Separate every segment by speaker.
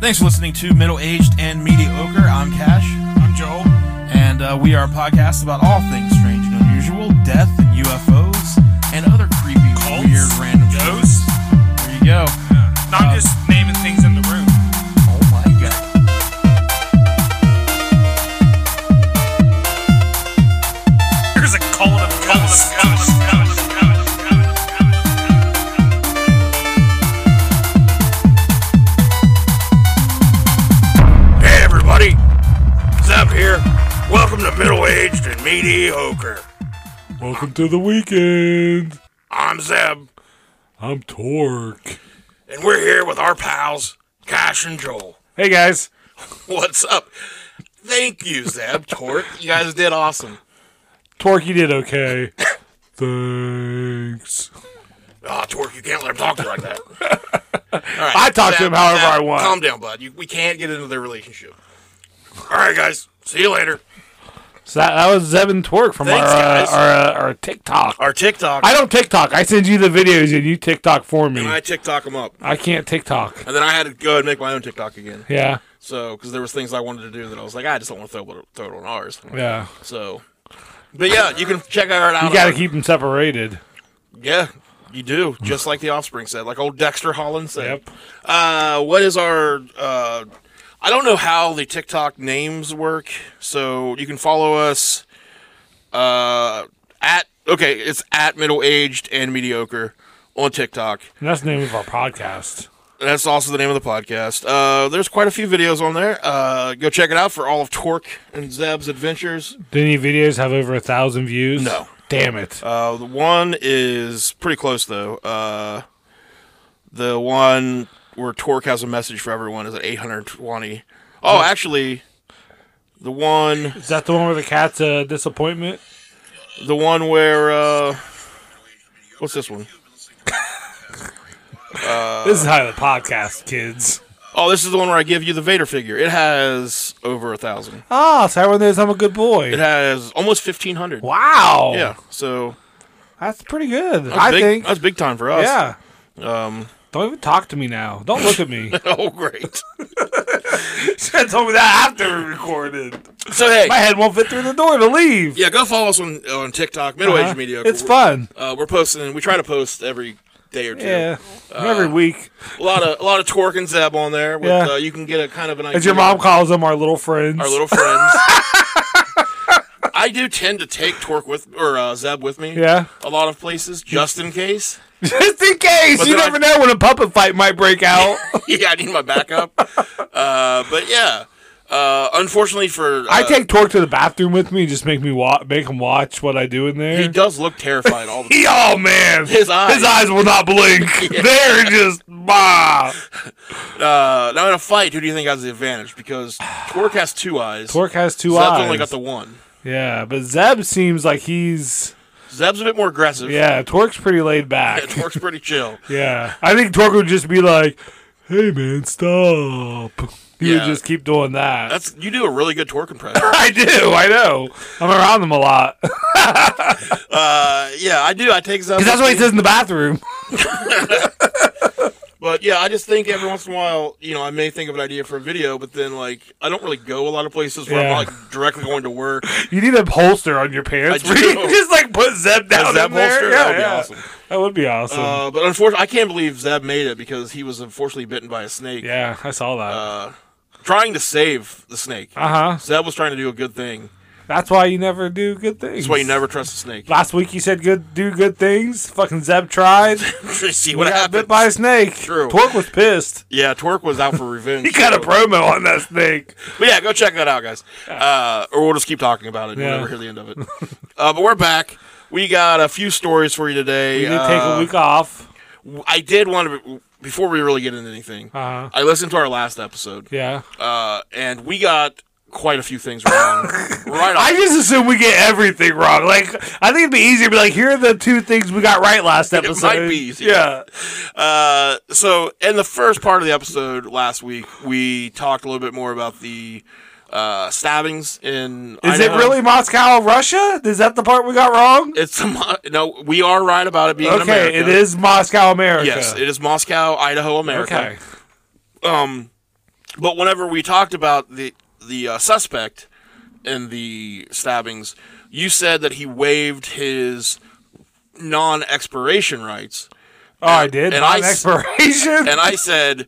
Speaker 1: Thanks for listening to Middle Aged and Mediocre. I'm Cash. I'm Joel. And uh, we are a podcast about all things strange and unusual, death and UFOs, and other creepy,
Speaker 2: Cults,
Speaker 1: weird, random
Speaker 2: ghosts.
Speaker 1: shit. There you go.
Speaker 2: No, I'm just naming things in the room.
Speaker 1: Oh my god.
Speaker 2: There's a cult of ghosts.
Speaker 3: Hey everybody, Zap here. Welcome to Middle Aged and Mediocre.
Speaker 4: Welcome to the weekend.
Speaker 3: I'm Zeb,
Speaker 4: I'm Torque.
Speaker 3: and we're here with our pals, Cash and Joel.
Speaker 4: Hey guys.
Speaker 3: What's up? Thank you, Zeb, Torque. You guys did awesome.
Speaker 4: Torque, you did okay. Thanks.
Speaker 3: Ah, Torque, you can't let him talk to you like that.
Speaker 4: I talk to him however I want.
Speaker 3: Calm down, bud. You, we can't get into their relationship. All right, guys. See you later.
Speaker 4: So that, that was Zeb and Torque from
Speaker 3: Thanks,
Speaker 4: our, uh,
Speaker 3: guys.
Speaker 4: our uh, our TikTok.
Speaker 3: Our TikTok.
Speaker 4: I don't TikTok. I send you the videos and you TikTok for me.
Speaker 3: and I TikTok them up,
Speaker 4: I can't TikTok.
Speaker 3: and then I had to go ahead and make my own TikTok again.
Speaker 4: Yeah.
Speaker 3: So, because there was things I wanted to do that I was like, I just don't want to throw, it- throw it on ours.
Speaker 4: Yeah.
Speaker 3: So, but yeah, you can check out our.
Speaker 4: You got to keep them separated.
Speaker 3: Yeah, you do. Just like the Offspring said, like old Dexter Holland said.
Speaker 4: Yep.
Speaker 3: Uh, what is our? Uh, I don't know how the TikTok names work, so you can follow us uh, at okay, it's at middle aged and mediocre on TikTok.
Speaker 4: And that's the name of our podcast.
Speaker 3: That's also the name of the podcast. Uh, there's quite a few videos on there. Uh, go check it out for all of Torque and Zeb's adventures.
Speaker 4: Do any videos have over a thousand views?
Speaker 3: No.
Speaker 4: Damn it.
Speaker 3: Uh, the one is pretty close though. Uh, the one where Torque has a message for everyone is at 820. Oh, actually, the one,
Speaker 4: Is that the one where the cat's a disappointment?
Speaker 3: the one where uh, what's this one? uh,
Speaker 4: this is how the podcast, kids.
Speaker 3: Oh, this is the one where I give you the Vader figure. It has over a thousand.
Speaker 4: Ah, so everyone knows I'm a good
Speaker 3: It
Speaker 4: boy.
Speaker 3: has almost 1500.
Speaker 4: Wow.
Speaker 3: Yeah, so
Speaker 4: That's pretty good.
Speaker 3: that's
Speaker 4: I
Speaker 3: big,
Speaker 4: think.
Speaker 3: that's big time for us.
Speaker 4: Yeah.
Speaker 3: Um.
Speaker 4: Don't even talk to me now. Don't look at me.
Speaker 3: Oh, great.
Speaker 4: Shen told me that after we recorded.
Speaker 3: So hey,
Speaker 4: My head won't fit through the door to leave.
Speaker 3: yeah, go follow us on on TikTok, Middle
Speaker 4: Uh-huh.
Speaker 3: Age Mediocre.
Speaker 4: It's fun.
Speaker 3: Uh, we're posting. We try to post every day or two.
Speaker 4: Yeah.
Speaker 3: Uh,
Speaker 4: Every week.
Speaker 3: A lot of a lot of twerk and zeb on there. With,
Speaker 4: Yeah.
Speaker 3: uh, you can get a kind of an idea.
Speaker 4: As your mom calls them, our little friends.
Speaker 3: our little friends. I do tend to take twerk with or uh, zeb with me.
Speaker 4: Yeah.
Speaker 3: a lot of places just in case.
Speaker 4: Just in case.
Speaker 3: But
Speaker 4: you
Speaker 3: then
Speaker 4: never
Speaker 3: I-
Speaker 4: know when a puppet fight might break out.
Speaker 3: yeah, I need my backup. uh, but yeah, uh, unfortunately for uh,
Speaker 4: I take Torque to the bathroom with me. Just make me wa- make him watch what I do in there.
Speaker 3: He does look terrified all the time.
Speaker 4: He- oh man,
Speaker 3: His eyes.
Speaker 4: his eyes will not blink. They're just bah.
Speaker 3: Uh, now in a fight, who do you think has the advantage? Because twerk has two eyes.
Speaker 4: Torque has two
Speaker 3: Zeb's
Speaker 4: eyes.
Speaker 3: only got the one.
Speaker 4: yeah, but Zeb seems like he's
Speaker 3: Zeb's a bit more aggressive.
Speaker 4: yeah. Torque's pretty laid back.
Speaker 3: Yeah, twerk's pretty chill.
Speaker 4: Yeah. I think Torque would just be like, hey, man, stop. He
Speaker 3: Yeah.
Speaker 4: would just keep doing that.
Speaker 3: That's you do a really good torque impression.
Speaker 4: I do. I know. I'm around them a lot. Because
Speaker 3: Uh, yeah, I do. I take Zeb.
Speaker 4: that's what he says in the bathroom.
Speaker 3: But yeah, I just think every once in a while, you know, I may think of an idea for a video, but then like I don't really go a lot of places where
Speaker 4: Yeah.
Speaker 3: I'm like directly going to work.
Speaker 4: You need a holster on your pants.
Speaker 3: I
Speaker 4: where you
Speaker 3: do.
Speaker 4: just like put Zeb down
Speaker 3: As that
Speaker 4: in there.
Speaker 3: holster,
Speaker 4: Yeah,
Speaker 3: that would be
Speaker 4: yeah.
Speaker 3: awesome.
Speaker 4: That would be awesome.
Speaker 3: Uh, but unfortunately, I can't believe Zeb made it because he was unfortunately bitten by a snake.
Speaker 4: yeah, I saw that.
Speaker 3: Uh, trying to save the snake.
Speaker 4: Uh huh.
Speaker 3: Zeb was trying to do a good thing.
Speaker 4: That's why you never do good things.
Speaker 3: That's why you never trust a snake.
Speaker 4: Last week you said good, do good things. Fucking Zeb tried.
Speaker 3: See
Speaker 4: He
Speaker 3: what
Speaker 4: got bit
Speaker 3: happened.
Speaker 4: by a snake.
Speaker 3: True.
Speaker 4: Torque was pissed.
Speaker 3: yeah, Torque was out for revenge.
Speaker 4: He got a
Speaker 3: so-
Speaker 4: promo on that snake.
Speaker 3: But yeah, go check that out, guys. Uh, or we'll just keep talking about it. and You'll
Speaker 4: Yeah.
Speaker 3: never hear the end of it. uh, but we're back. We got a few stories for you today.
Speaker 4: He did take a week off.
Speaker 3: week. I did want to, before we really get into anything,
Speaker 4: Uh huh.
Speaker 3: I listened to our last episode,
Speaker 4: Yeah.
Speaker 3: uh, and we got quite a few things wrong. right off.
Speaker 4: I just assume we get everything wrong. Like, I think it'd be easier to be like, here are the two things we got right last episode.
Speaker 3: might be easier.
Speaker 4: Yeah.
Speaker 3: Uh, so, in the first part of the episode last week, we talked a little bit more about the uh, stabbings in.
Speaker 4: Is it
Speaker 3: Idaho.
Speaker 4: really Moscow, Russia? Is that the part we got wrong?
Speaker 3: It's a mo- no. We are right about it being in
Speaker 4: okay,
Speaker 3: America.
Speaker 4: it is Moscow, America.
Speaker 3: Yes, it is Moscow, Idaho, America.
Speaker 4: Okay.
Speaker 3: Um, But whenever we talked about the the uh, suspect and the stabbings, you said that he waived his non-expiration rights,
Speaker 4: Oh, I did.
Speaker 3: and
Speaker 4: And
Speaker 3: I
Speaker 4: i
Speaker 3: s-
Speaker 4: expiration.
Speaker 3: and I said,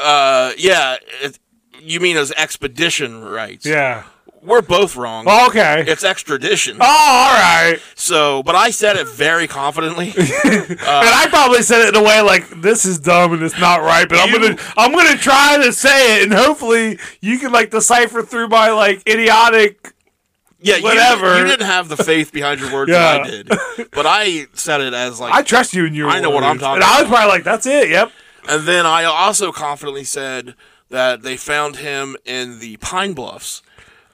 Speaker 3: uh, "Yeah, it, you mean as expedition rights?
Speaker 4: yeah.
Speaker 3: We're both wrong.
Speaker 4: Oh, okay.
Speaker 3: It's extradition."
Speaker 4: oh, all right.
Speaker 3: So, but I said it very confidently. Uh,
Speaker 4: and I probably said it in a way like this is dumb and it's not right, but I'm gonna I'm gonna try to say it, and hopefully you can like decipher through my like idiotic.
Speaker 3: Yeah, you-
Speaker 4: Whatever.
Speaker 3: You, didn't have the faith behind your words that I
Speaker 4: Yeah.
Speaker 3: did, but I said it as like,
Speaker 4: I trust you in your.
Speaker 3: I know what I'm
Speaker 4: words.
Speaker 3: talking
Speaker 4: And I was probably like, that's it. Yep.
Speaker 3: and then I also confidently said that they found him in the Pine Bluffs.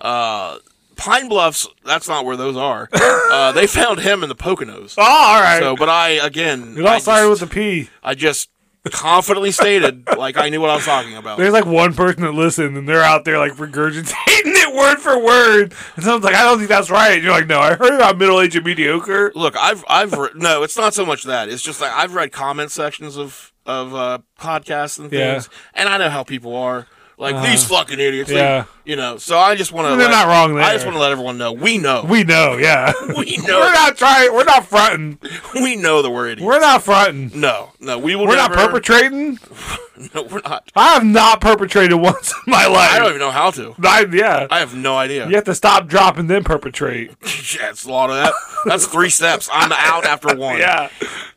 Speaker 3: Uh, Pine Bluffs, that's not where those are. uh, they found him in the Poconos.
Speaker 4: Oh, all right.
Speaker 3: So, but I again,
Speaker 4: it
Speaker 3: I
Speaker 4: all started
Speaker 3: just,
Speaker 4: with a P.
Speaker 3: I just confidently stated like I knew what I was talking about.
Speaker 4: There's like one person that listened, and they're out there like regurgitating it word for word. And someone's like, I don't think that's right. And you're like, No, I heard about middle aged and mediocre.
Speaker 3: Look, I've I've re- no, it's not so much that. It's just like I've read comment sections of of uh, podcasts and
Speaker 4: Yeah. Uh-huh.
Speaker 3: things, and I know how people are. Like these fucking idiots.
Speaker 4: yeah.
Speaker 3: They, you know. So I just want to.
Speaker 4: They're not wrong
Speaker 3: I
Speaker 4: there.
Speaker 3: just want to let everyone know we know.
Speaker 4: We know, yeah.
Speaker 3: We
Speaker 4: We're
Speaker 3: know.
Speaker 4: not trying. We're not fronting.
Speaker 3: we know that we're idiots.
Speaker 4: We're not fronting.
Speaker 3: no, no, we will.
Speaker 4: We're
Speaker 3: never,
Speaker 4: not perpetrating.
Speaker 3: No, we're not.
Speaker 4: I have not perpetrated once in my life.
Speaker 3: I don't even know how to.
Speaker 4: I- yeah.
Speaker 3: I have no idea.
Speaker 4: you have to stop, drop, and then perpetrate.
Speaker 3: Yeah, it's a lot of that. That's three steps. I'm out after one.
Speaker 4: Yeah.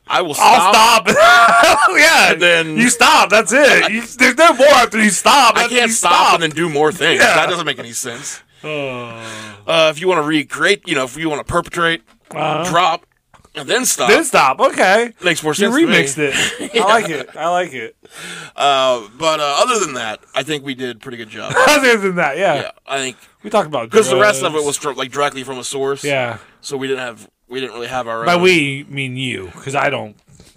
Speaker 3: I will stop.
Speaker 4: I'll stop. yeah.
Speaker 3: And then-
Speaker 4: you stop. That's it. You, there's no more after you stop.
Speaker 3: I
Speaker 4: After
Speaker 3: can't
Speaker 4: you
Speaker 3: stop, and then do more things.
Speaker 4: Yeah.
Speaker 3: That doesn't make any sense. Uh, if you want to recreate, you know, if you want to perpetrate,
Speaker 4: Uh-huh.
Speaker 3: drop, and then stop,
Speaker 4: Then stop. Okay.
Speaker 3: makes more
Speaker 4: You
Speaker 3: sense.
Speaker 4: remixed
Speaker 3: to Oh. me.
Speaker 4: it. I like it. I like it.
Speaker 3: Uh, but uh, other than that, I think we did a pretty good job.
Speaker 4: Other than that, yeah.
Speaker 3: yeah, I think
Speaker 4: We talked about
Speaker 3: because the rest of it
Speaker 4: drugs.
Speaker 3: was dr- like directly from a source.
Speaker 4: Yeah.
Speaker 3: so we didn't have we didn't really have our
Speaker 4: By
Speaker 3: own.
Speaker 4: we mean you, because I don't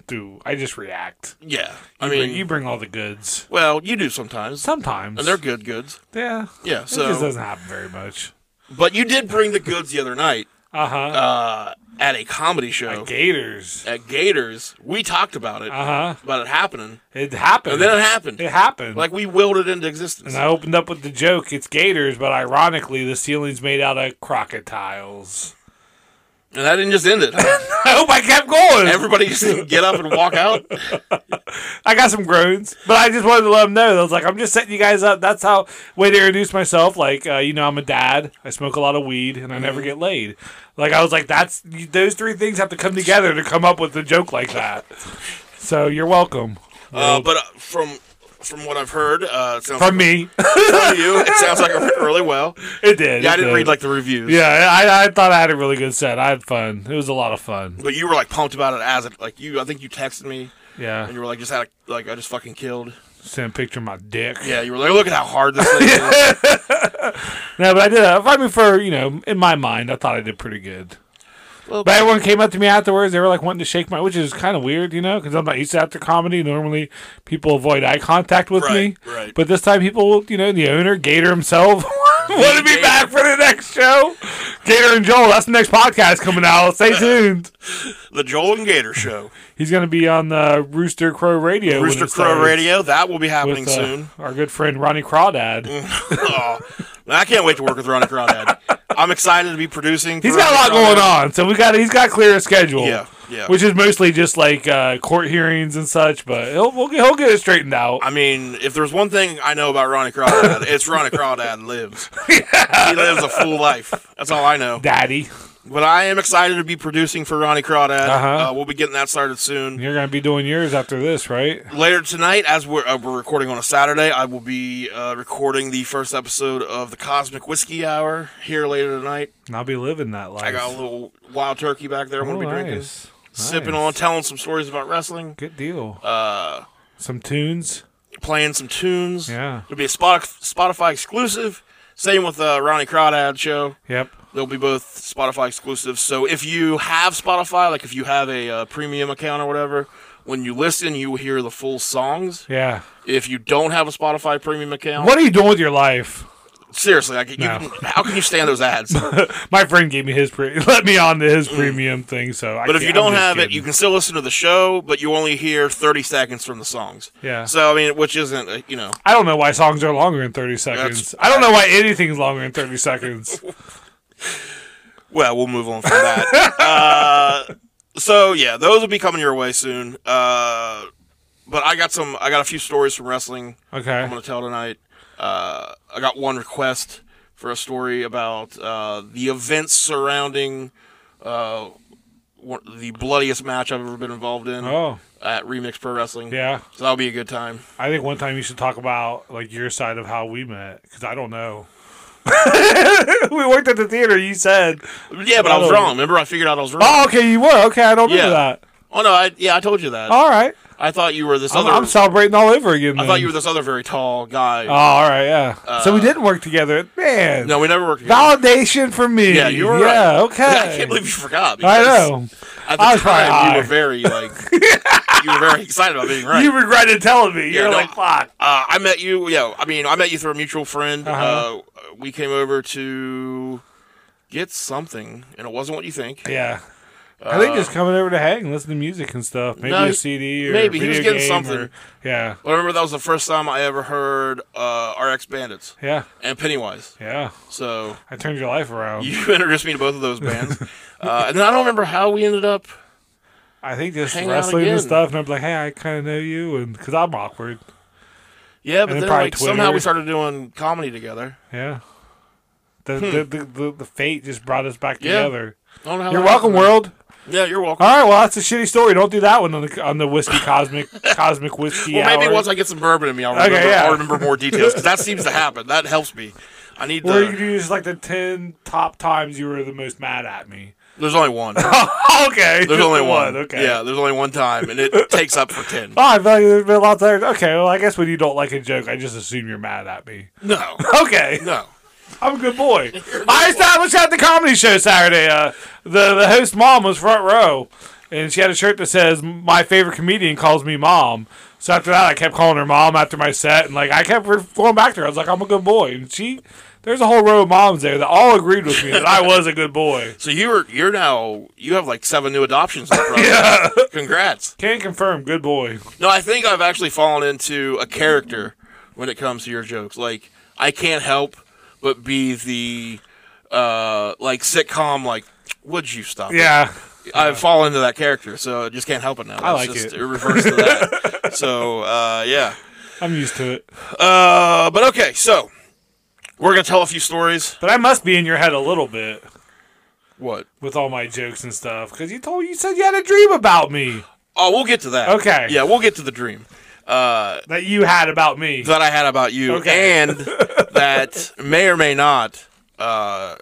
Speaker 4: do. I just react.
Speaker 3: yeah, I
Speaker 4: You
Speaker 3: mean,
Speaker 4: bring- you bring all the goods.
Speaker 3: well, you do sometimes,
Speaker 4: Sometimes.
Speaker 3: and they're good goods.
Speaker 4: yeah.
Speaker 3: Yeah,
Speaker 4: It just
Speaker 3: so
Speaker 4: doesn't happen very much.
Speaker 3: but you did bring the goods the other night
Speaker 4: Uh-huh.
Speaker 3: uh, at a comedy show.
Speaker 4: Gators.
Speaker 3: At Gators, we talked about it.
Speaker 4: Uh huh.
Speaker 3: about it happening,
Speaker 4: It happened.
Speaker 3: and then it happened.
Speaker 4: it happened.
Speaker 3: Like we willed it into existence.
Speaker 4: and I opened up with the joke. It's Gators, but ironically, the ceiling's made out of crocodiles.
Speaker 3: And that didn't just end it.
Speaker 4: I hope I kept going.
Speaker 3: Everybody just didn't get up and walk out. Uh,
Speaker 4: I got some groans, but I just wanted to let them know. I was like, I'm just setting you guys up. That's how way to introduce myself. Like, uh, you know, I'm a dad. I smoke a lot of weed, and I never
Speaker 3: Mm-hmm.
Speaker 4: get laid. Like, I was like, that's you- those three things have to come together to come up with a joke like that. So you're welcome.
Speaker 3: Uh, but uh, from from what I've heard, uh, it sounds
Speaker 4: From me,
Speaker 3: like from you, it sounds like it went really well.
Speaker 4: it did.
Speaker 3: Yeah,
Speaker 4: it
Speaker 3: I didn't
Speaker 4: did.
Speaker 3: read like the reviews.
Speaker 4: Yeah, I, I thought I had a really good set. I had fun. It was a lot of fun.
Speaker 3: But you were like pumped about it as it like you. I think you texted me and
Speaker 4: Yeah.
Speaker 3: you were like just had a, like I just fucking killed.
Speaker 4: Sent a picture of my dick.
Speaker 3: Yeah, you were like look at how hard this thing is.
Speaker 4: No, but I did. uh, I mean, for, you know, in my mind, I thought I did pretty good.
Speaker 3: Well-
Speaker 4: but everyone came up to me afterwards. They were like wanting to shake my, which is kind of weird, you know, because I'm not used to after comedy. Normally, people avoid eye contact with
Speaker 3: Right,
Speaker 4: me.
Speaker 3: right.
Speaker 4: But this time, people, you know, the owner, Gator himself, wanted me
Speaker 3: Gator.
Speaker 4: back for the next show. Gator and Joel, that's the next podcast coming out. Stay tuned.
Speaker 3: The Joel and Gator Show,
Speaker 4: He's going to be on the Rooster Crow Radio. when
Speaker 3: Rooster
Speaker 4: it
Speaker 3: Crow
Speaker 4: starts.
Speaker 3: Radio. That will be
Speaker 4: with,
Speaker 3: happening
Speaker 4: uh,
Speaker 3: soon. Mm-hmm.
Speaker 4: Our good friend Ronnie Crawdad.
Speaker 3: Aw. I can't wait to work with Ronnie Crawdad. I'm excited to be producing.
Speaker 4: He's got a lot going on, so we got he's got clear a schedule.
Speaker 3: Yeah, yeah.
Speaker 4: Which is mostly just like uh, court hearings and such, but he'll we'll, he'll get it straightened out.
Speaker 3: I mean, if there's one thing I know about Ronnie Crawdad, it's Ronnie Crawdad lives. He lives a full life. That's all I know.
Speaker 4: Daddy,
Speaker 3: But I am excited to be producing for Ronnie Crawdad.
Speaker 4: Uh-huh.
Speaker 3: Uh, we'll be getting that started soon.
Speaker 4: you're gonna be doing yours after this, right?
Speaker 3: Later tonight, as we're, uh, we're recording on a Saturday, I will be uh, recording the first episode of the Cosmic Whiskey Hour here later tonight.
Speaker 4: And I'll be living that life.
Speaker 3: I got a little wild turkey back there I'm going to be drinking.
Speaker 4: Oh, nice.
Speaker 3: Sipping
Speaker 4: Nice.
Speaker 3: on, Uh, telling some stories about wrestling,
Speaker 4: Good deal. Some tunes.
Speaker 3: playing some tunes.
Speaker 4: Yeah.
Speaker 3: It'll be a Spot- Spotify exclusive. Same with the Ronnie Crawdad show.
Speaker 4: Yep.
Speaker 3: They'll be both Spotify exclusives. So if you have Spotify, like if you have a uh, premium account or whatever, when you listen, you will hear the full songs.
Speaker 4: Yeah.
Speaker 3: If you don't have a Spotify premium account,
Speaker 4: What are you doing with your life?
Speaker 3: Seriously, like you,
Speaker 4: No.
Speaker 3: can- how can you stand those ads? But
Speaker 4: My friend gave me his pre- let me on to his premium thing. So, I
Speaker 3: Mm. if you don't have it, you can still listen to the show, but you only hear thirty seconds from the songs.
Speaker 4: Yeah.
Speaker 3: So I mean, which isn't uh, you know
Speaker 4: I don't know why songs are longer than thirty seconds. I don't know why anything's longer than thirty seconds.
Speaker 3: Well, we'll move on from that. uh, so yeah, those will be coming your way soon. Uh, but I got some. I got a few stories from wrestling. I'm
Speaker 4: Okay.
Speaker 3: going to tell tonight. Uh, I got one request for a story about uh, the events surrounding uh, one, the bloodiest match I've ever been involved in
Speaker 4: Oh,
Speaker 3: at Remix Pro Wrestling.
Speaker 4: yeah.
Speaker 3: So that'll be a good time.
Speaker 4: I think one time you should talk about like your side of how we met because I don't know. we worked at the theater. You said,
Speaker 3: Yeah, but I was
Speaker 4: That'll-
Speaker 3: wrong. Remember, I figured out I was wrong.
Speaker 4: "Oh, okay, you were okay." I don't
Speaker 3: Yeah.
Speaker 4: remember that.
Speaker 3: Oh, no, I, yeah, I told you that.
Speaker 4: All right,
Speaker 3: I thought you were this
Speaker 4: Oh. I'm,
Speaker 3: other.
Speaker 4: I'm celebrating all over again.
Speaker 3: I thought you were this other very tall guy.
Speaker 4: Oh, all right, yeah. so we didn't work together, man.
Speaker 3: No, we never worked together.
Speaker 4: validation for me.
Speaker 3: Yeah, you were
Speaker 4: Yeah,
Speaker 3: right.
Speaker 4: okay.
Speaker 3: I can't believe you forgot.
Speaker 4: I
Speaker 3: because
Speaker 4: know.
Speaker 3: At the
Speaker 4: I was probably
Speaker 3: time, you
Speaker 4: high.
Speaker 3: were very like you were very excited about being right.
Speaker 4: You regretted telling me. You're
Speaker 3: no,
Speaker 4: like, fuck.
Speaker 3: uh, I met you. Yeah, I mean, I met you through a mutual friend.
Speaker 4: Uh-huh.
Speaker 3: uh we came over to get something, and it wasn't what you think.
Speaker 4: Yeah. I think just coming over to hang, listen to music and stuff. Maybe
Speaker 3: Uh, No,
Speaker 4: a CD or
Speaker 3: maybe. He
Speaker 4: video
Speaker 3: was getting
Speaker 4: game
Speaker 3: something.
Speaker 4: or- yeah,
Speaker 3: But I remember that was the first time I ever heard uh, RX Bandits
Speaker 4: yeah,
Speaker 3: and Pennywise.
Speaker 4: yeah.
Speaker 3: So
Speaker 4: I turned your life around.
Speaker 3: you introduced me to both of those bands, uh, and then I don't remember how we ended up.
Speaker 4: I think just
Speaker 3: Hang out
Speaker 4: wrestling
Speaker 3: again.
Speaker 4: and stuff, and I'm like, hey, I kind of know you, and because I'm awkward.
Speaker 3: Yeah, but
Speaker 4: And then
Speaker 3: then
Speaker 4: probably
Speaker 3: like, somehow we
Speaker 4: Twitter.
Speaker 3: started doing comedy together.
Speaker 4: Yeah. The, the, the, the, the fate just brought us back
Speaker 3: Hmm. Yeah.
Speaker 4: together.
Speaker 3: I don't know how
Speaker 4: You're
Speaker 3: that
Speaker 4: welcome, Uh,
Speaker 3: happened.
Speaker 4: world.
Speaker 3: Yeah, you're welcome.
Speaker 4: All right, well, that's a shitty story. Don't do that one on the on the whiskey cosmic cosmic whiskey.
Speaker 3: Well, maybe
Speaker 4: hour.
Speaker 3: once I get some bourbon in me, I'll
Speaker 4: Okay,
Speaker 3: remember,
Speaker 4: yeah.
Speaker 3: I'll remember more details because that seems to happen. That helps me. I need
Speaker 4: Or you could
Speaker 3: the.
Speaker 4: do just like the ten top times you were the most mad at me.
Speaker 3: There's only one.
Speaker 4: okay,
Speaker 3: There's
Speaker 4: just
Speaker 3: only
Speaker 4: the
Speaker 3: one.
Speaker 4: Okay.
Speaker 3: Yeah, there's only one time, and it takes up for ten.
Speaker 4: Oh, I feel like there's been lots of others. Okay, well, I guess when you don't like a joke, I just assume you're mad at me.
Speaker 3: No,
Speaker 4: Okay,
Speaker 3: no.
Speaker 4: I'm a good boy. I established at the comedy show Saturday. Uh, the the host mom was front row, and she had a shirt that says "My favorite comedian calls me mom." So after that, I kept calling her mom after my set, and like I kept re- going back to her. I was like, "I'm a good boy," and she. There's a whole row of moms there that all agreed with me that I was a good boy.
Speaker 3: So you're you're now you have like seven new adoptions. In the process. Congrats.
Speaker 4: Can confirm, good boy.
Speaker 3: No, I think I've actually fallen into a character when it comes to your jokes. Like I can't help but be the uh like sitcom like. Would you stop? it?"
Speaker 4: Yeah.
Speaker 3: I fall into that character, so I just can't help it now.
Speaker 4: I
Speaker 3: It's
Speaker 4: like
Speaker 3: just,
Speaker 4: it.
Speaker 3: It refers to that. so uh, yeah,
Speaker 4: I'm used to it.
Speaker 3: uh, but okay. So we're gonna tell a few stories.
Speaker 4: But I must be in your head a little bit
Speaker 3: What?
Speaker 4: with all my jokes and stuff because you told you said you had a dream about me
Speaker 3: Oh, we'll get to that.
Speaker 4: Okay.
Speaker 3: Yeah, we'll get to the dream uh,
Speaker 4: that you had about me.
Speaker 3: that I had about you,
Speaker 4: Okay.
Speaker 3: and that may or may not. Uh,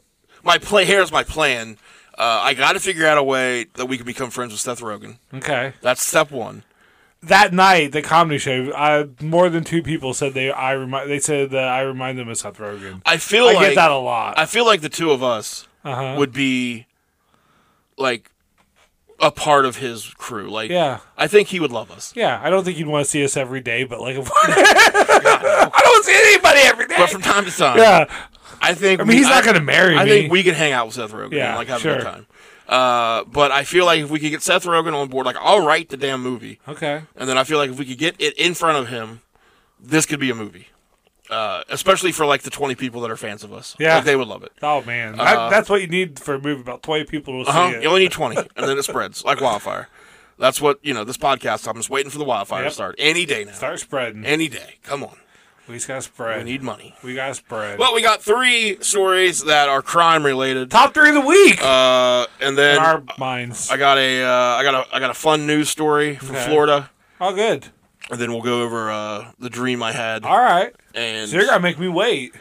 Speaker 3: my play here's my plan. Uh, I got to figure out a way that we can become friends with Seth Rogen.
Speaker 4: Okay.
Speaker 3: That's step one.
Speaker 4: That night, the comedy show, I, more than two people said they I remind they said that I remind them of Seth Rogen.
Speaker 3: I feel
Speaker 4: I
Speaker 3: like
Speaker 4: get that a lot.
Speaker 3: I feel like the two of us
Speaker 4: Uh-huh.
Speaker 3: would be like a part of his crew. Like,
Speaker 4: Yeah.
Speaker 3: I think he would love us.
Speaker 4: yeah, I don't think you'd want to see us every day, but like, I don't see anybody every day.
Speaker 3: But from time to time,
Speaker 4: yeah,
Speaker 3: I think
Speaker 4: I mean, he's not
Speaker 3: I-
Speaker 4: going to marry
Speaker 3: I
Speaker 4: me.
Speaker 3: think we can hang out with Seth Rogen
Speaker 4: Yeah,
Speaker 3: and like have a
Speaker 4: sure.
Speaker 3: good time. Uh, but I feel like if we could get Seth Rogen on board, like I'll write the damn movie,
Speaker 4: okay.
Speaker 3: and then I feel like if we could get it in front of him, this could be a movie. Uh, especially for like the twenty people that are fans of us,
Speaker 4: Yeah.
Speaker 3: like, they would love it.
Speaker 4: Oh man, that, that's what you need for a movie. About twenty people to
Speaker 3: Uh, Uh-huh.
Speaker 4: see it.
Speaker 3: You only need 20, and then it spreads like wildfire. That's what, you know, this podcast, I'm just waiting for the wildfire
Speaker 4: Yep.
Speaker 3: to start. Any day now.
Speaker 4: Start spreading.
Speaker 3: Any day. Come on.
Speaker 4: we just got to
Speaker 3: I
Speaker 4: spread.
Speaker 3: need money.
Speaker 4: we got to spread.
Speaker 3: Well, we got three stories that are crime related.
Speaker 4: Top three of the week.
Speaker 3: Uh, and then
Speaker 4: in our minds.
Speaker 3: I got a, uh, I got a, I got a fun news story from
Speaker 4: Okay.
Speaker 3: Florida.
Speaker 4: All good.
Speaker 3: And then we'll go over uh, the dream I had.
Speaker 4: All right.
Speaker 3: And
Speaker 4: So you're gonna make me wait.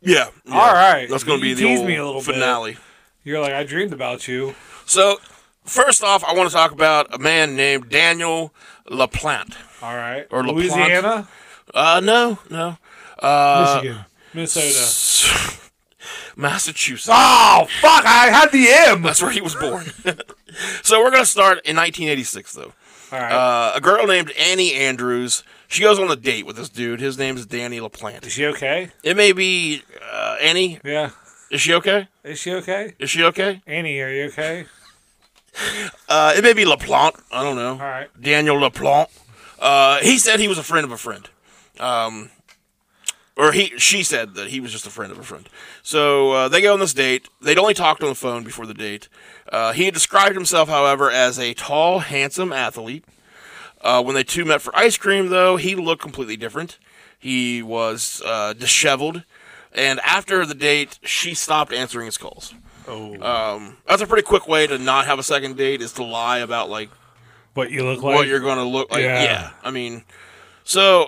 Speaker 3: yeah, yeah.
Speaker 4: All right.
Speaker 3: That's going to
Speaker 4: You
Speaker 3: be the
Speaker 4: teased
Speaker 3: old
Speaker 4: me a little bit.
Speaker 3: finale.
Speaker 4: You're like I dreamed about you.
Speaker 3: So, first off, I want to talk about a man named Daniel LaPlante.
Speaker 4: All right.
Speaker 3: Or LaPlante.
Speaker 4: Louisiana,
Speaker 3: Uh, no, no. Uh,
Speaker 4: Michigan, Minnesota.
Speaker 3: Massachusetts.
Speaker 4: Oh fuck! I had the M. All
Speaker 3: That's where he was born. so we're gonna start in 1986, though.
Speaker 4: right.
Speaker 3: Uh, a girl named Annie Andrews. She goes on a date with this dude. His name is Danny LaPlante.
Speaker 4: Is she okay?
Speaker 3: It may be uh, Annie,
Speaker 4: Yeah.
Speaker 3: is she okay?
Speaker 4: Is she okay?
Speaker 3: Is she okay?
Speaker 4: Annie, are you okay?
Speaker 3: Uh, it may be LaPlante. I don't know.
Speaker 4: All right.
Speaker 3: Daniel LaPlante. Uh, he said he was a friend of a friend. Um, or he, she said that he was just a friend of a friend. So uh, they go on this date. They'd only talked on the phone before the date. Uh, he had described himself, however, as a tall, handsome athlete. Uh, when they two met for ice cream, though, he looked completely different. He was uh, disheveled. And after the date, she stopped answering his calls.
Speaker 4: Oh.
Speaker 3: Um, that's a pretty quick way to not have a second date is to lie about like
Speaker 4: what you look like?
Speaker 3: what you're going to look like.
Speaker 4: Yeah.
Speaker 3: Yeah. I mean, so,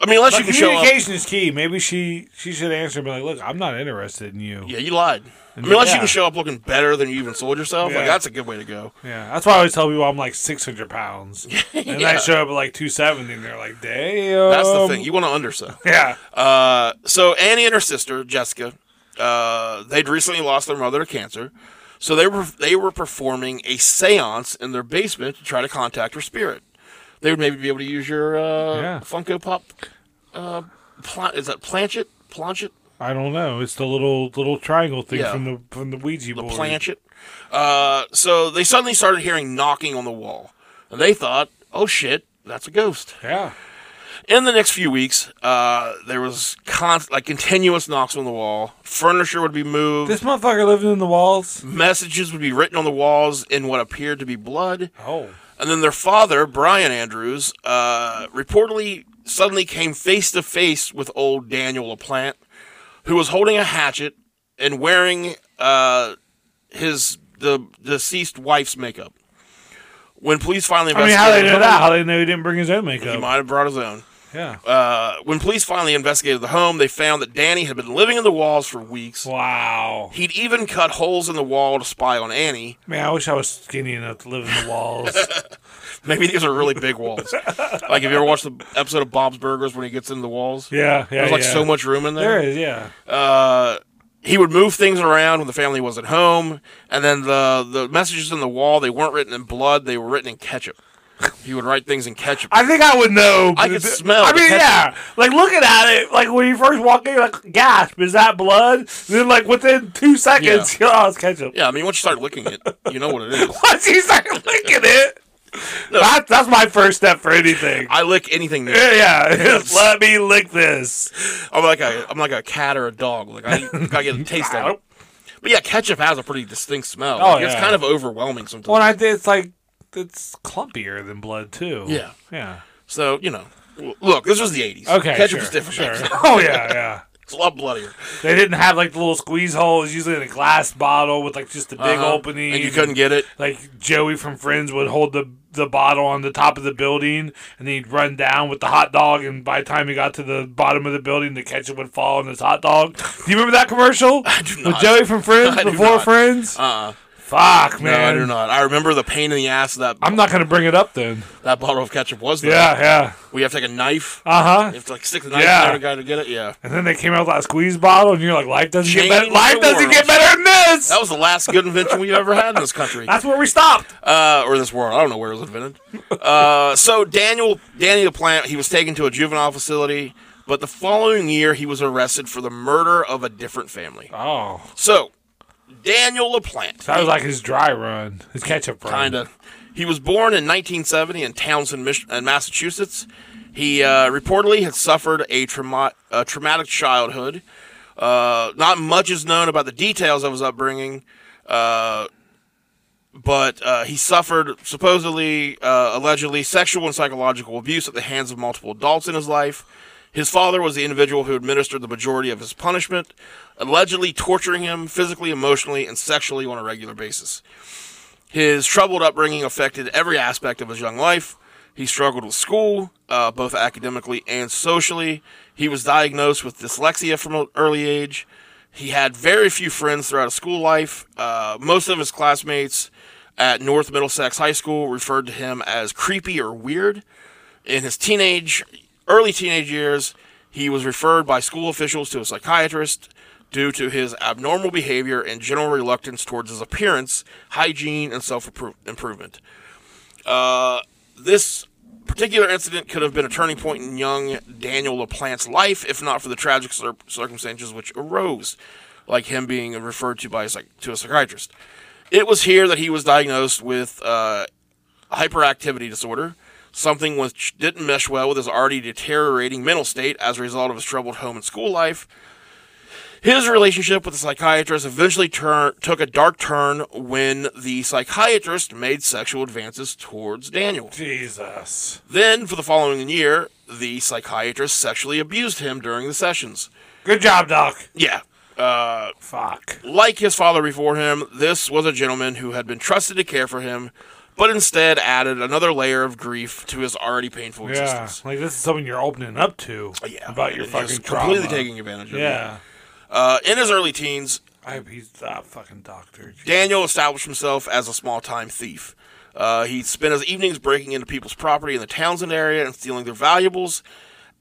Speaker 3: I mean, unless
Speaker 4: But
Speaker 3: you can show up.
Speaker 4: communication is key. Maybe she she should answer and be like, "Look, I'm not interested in you."
Speaker 3: Yeah, you lied. I mean, unless you
Speaker 4: Yeah.
Speaker 3: can show up looking better than you even sold yourself,
Speaker 4: Yeah.
Speaker 3: like that's a good way to go.
Speaker 4: Yeah, that's why I always tell people I'm like 600 pounds, and I
Speaker 3: Yeah.
Speaker 4: show up at like 270, and they're like, "Damn."
Speaker 3: That's the thing. You want to undersell.
Speaker 4: yeah.
Speaker 3: Uh, so Annie and her sister Jessica, uh, they'd recently lost their mother to cancer, so they were they were performing a séance in their basement to try to contact her spirit. They would maybe be able to use your uh,
Speaker 4: Yeah.
Speaker 3: Funko Pop. Uh, pla- is that planchet? Planchet?
Speaker 4: I don't know. It's the little little triangle thing
Speaker 3: Yeah.
Speaker 4: from the from the Ouija
Speaker 3: the
Speaker 4: board.
Speaker 3: planchet. Uh, so they suddenly started hearing knocking on the wall, and they thought, "Oh shit, that's a ghost."
Speaker 4: Yeah.
Speaker 3: In the next few weeks, uh, there was con- like continuous knocks on the wall. Furniture would be moved.
Speaker 4: This motherfucker living in the walls.
Speaker 3: Messages would be written on the walls in what appeared to be blood.
Speaker 4: Oh.
Speaker 3: And then their father, Brian Andrews, uh, reportedly suddenly came face to face with old Daniel LaPlante, who was holding a hatchet and wearing uh, his the deceased wife's makeup. When police finally
Speaker 4: I mean,
Speaker 3: investigated,
Speaker 4: how they know that? How they know he didn't bring his own makeup?
Speaker 3: He might have brought his own.
Speaker 4: yeah.
Speaker 3: Uh, when police finally investigated the home, they found that Danny had been living in the walls for weeks.
Speaker 4: wow.
Speaker 3: He'd even cut holes in the wall to spy on Annie.
Speaker 4: Man, I wish I was skinny enough to live in the walls.
Speaker 3: Maybe these are really big walls. like, have you ever watched the episode of Bob's Burgers when he gets into the walls?
Speaker 4: yeah. Yeah.
Speaker 3: There's like
Speaker 4: yeah.
Speaker 3: so much room in
Speaker 4: There
Speaker 3: there.
Speaker 4: is. Yeah.
Speaker 3: Uh, he would move things around when the family was at home, and then the the messages on the wall they weren't written in blood; they were written in ketchup. he would write things in ketchup.
Speaker 4: I think I would know.
Speaker 3: I could smell
Speaker 4: I
Speaker 3: the
Speaker 4: mean,
Speaker 3: ketchup.
Speaker 4: yeah. Like looking at it, like when you first walk in, you're like, gasp, is that blood? And then, like within two seconds, you're like, oh, it's ketchup.
Speaker 3: yeah, I mean, once you start licking it, you know what it is.
Speaker 4: Once you start licking it, that, that's my first step for anything.
Speaker 3: I lick anything new.
Speaker 4: yeah, yeah. Just let me lick this.
Speaker 3: I'm like a I'm like a cat or a dog. Like I gotta get a taste of it. But yeah, ketchup has a pretty distinct smell.
Speaker 4: Oh,
Speaker 3: Like, It's
Speaker 4: yeah.
Speaker 3: kind of overwhelming sometimes.
Speaker 4: Well, I did. It's like it's clumpier than blood too.
Speaker 3: Yeah.
Speaker 4: Yeah.
Speaker 3: so you know, w- look, this was the '80s.
Speaker 4: Okay.
Speaker 3: ketchup
Speaker 4: sure,
Speaker 3: was different.
Speaker 4: Sure. Oh yeah, yeah.
Speaker 3: It's a lot bloodier.
Speaker 4: They didn't have like the little squeeze hole. It was usually in a glass bottle with like just a big
Speaker 3: Uh-huh.
Speaker 4: opening.
Speaker 3: and you couldn't get it.
Speaker 4: like Joey from Friends would hold the the bottle on the top of the building, and then he'd run down with the hot dog, and by the time he got to the bottom of the building, the ketchup would fall on his hot dog. Do you remember that commercial I
Speaker 3: do
Speaker 4: with
Speaker 3: not.
Speaker 4: Joey from Friends
Speaker 3: I do
Speaker 4: before
Speaker 3: not.
Speaker 4: Friends?
Speaker 3: Uh,
Speaker 4: Fuck
Speaker 3: no, I
Speaker 4: man,
Speaker 3: do not. I remember the pain in the ass that
Speaker 4: I'm not gonna bring it up then.
Speaker 3: that bottle of ketchup was. Though.
Speaker 4: Yeah, yeah,
Speaker 3: we have to take a knife.
Speaker 4: uh
Speaker 3: You
Speaker 4: huh.
Speaker 3: have to like stick the knife
Speaker 4: Yeah.
Speaker 3: in there to guy to get it. Yeah,
Speaker 4: And then they came out with that squeeze bottle, and you're like, life doesn't
Speaker 3: Change
Speaker 4: get better.
Speaker 3: the
Speaker 4: Life doesn't
Speaker 3: world.
Speaker 4: get better than this.
Speaker 3: that was the last good invention we ever had in this country
Speaker 4: That's where we stopped.
Speaker 3: uh, or this world. I don't know where it was invented. Uh, so Daniel, Danny the plant, he was taken to a juvenile facility, but the following year he was arrested for the murder of a different family.
Speaker 4: Oh,
Speaker 3: So Daniel LaPlante.
Speaker 4: that was like his dry run, his ketchup run.
Speaker 3: Kinda. He was born in 1970 in Townsend, Mich- in Massachusetts. He uh, reportedly had suffered a, trauma- a traumatic childhood. Uh, not much is known about the details of his upbringing, uh, but uh, he suffered supposedly, uh, allegedly, sexual and psychological abuse at the hands of multiple adults in his life. His father was the individual who administered the majority of his punishment, allegedly torturing him physically, emotionally, and sexually on a regular basis. His troubled upbringing affected every aspect of his young life. He struggled with school, uh, both academically and socially. He was diagnosed with dyslexia from an early age. He had very few friends throughout his school life. Uh, most of his classmates at North Middlesex High School referred to him as creepy or weird. In his teenage, early teenage years, he was referred by school officials to a psychiatrist due to his abnormal behavior and general reluctance towards his appearance, hygiene, and self improvement. Uh, this particular incident could have been a turning point in young Daniel LaPlante's life if not for the tragic cir- circumstances which arose, like him being referred to by a psych- to a psychiatrist. It was here that he was diagnosed with uh, hyperactivity disorder, something which didn't mesh well with his already deteriorating mental state as a result of his troubled home and school life. His relationship with the psychiatrist eventually tur- took a dark turn when the psychiatrist made sexual advances towards Daniel.
Speaker 4: Jesus.
Speaker 3: Then, for the following year, the psychiatrist sexually abused him during the sessions.
Speaker 4: Good job, Doc.
Speaker 3: Yeah.
Speaker 4: Fuck.
Speaker 3: Like his father before him, this was a gentleman who had been trusted to care for him, but instead added another layer of grief to his already painful
Speaker 4: Yeah.
Speaker 3: existence.
Speaker 4: Like this is something you're opening up to.
Speaker 3: Oh, Yeah.
Speaker 4: About your
Speaker 3: Just
Speaker 4: fucking trauma.
Speaker 3: completely taking advantage of it.
Speaker 4: Yeah.
Speaker 3: Uh, in his early teens,
Speaker 4: I hope he's that fucking doctor.
Speaker 3: Daniel established himself as a small time thief. Uh, he spent his evenings breaking into people's property in the Townsend area and stealing their valuables.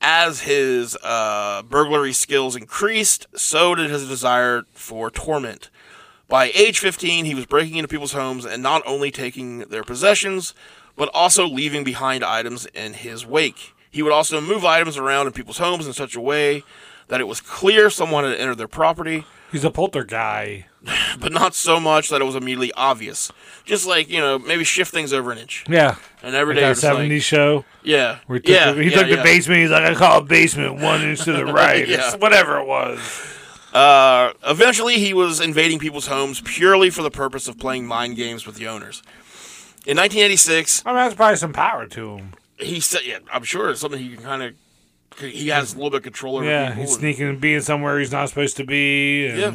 Speaker 3: As his uh, burglary skills increased, so did his desire for torment. By age 15, he was breaking into people's homes and not only taking their possessions, but also leaving behind items in his wake. He would also move items around in people's homes in such a way that it was clear someone had entered their property
Speaker 4: He's a polter guy.
Speaker 3: but not so much that it was immediately obvious. Just like you know, maybe shift things over an inch.
Speaker 4: Yeah.
Speaker 3: And every
Speaker 4: Like
Speaker 3: day,
Speaker 4: that
Speaker 3: it's like,
Speaker 4: '70s show.
Speaker 3: yeah,
Speaker 4: Where he took,
Speaker 3: yeah,
Speaker 4: the, he
Speaker 3: yeah,
Speaker 4: took
Speaker 3: yeah.
Speaker 4: the basement. He's like, I call it basement one inch to the right, or
Speaker 3: Yeah.
Speaker 4: s- whatever it was.
Speaker 3: Uh, eventually, he was invading people's homes purely for the purpose of playing mind games with the owners. In 1986,
Speaker 4: I mean, that's probably some power to him.
Speaker 3: he said, "Yeah, I'm sure it's something he can kind of." He has a little bit of control over
Speaker 4: Yeah,
Speaker 3: people.
Speaker 4: he's
Speaker 3: and-
Speaker 4: sneaking and being somewhere he's not supposed to be. And
Speaker 3: yeah,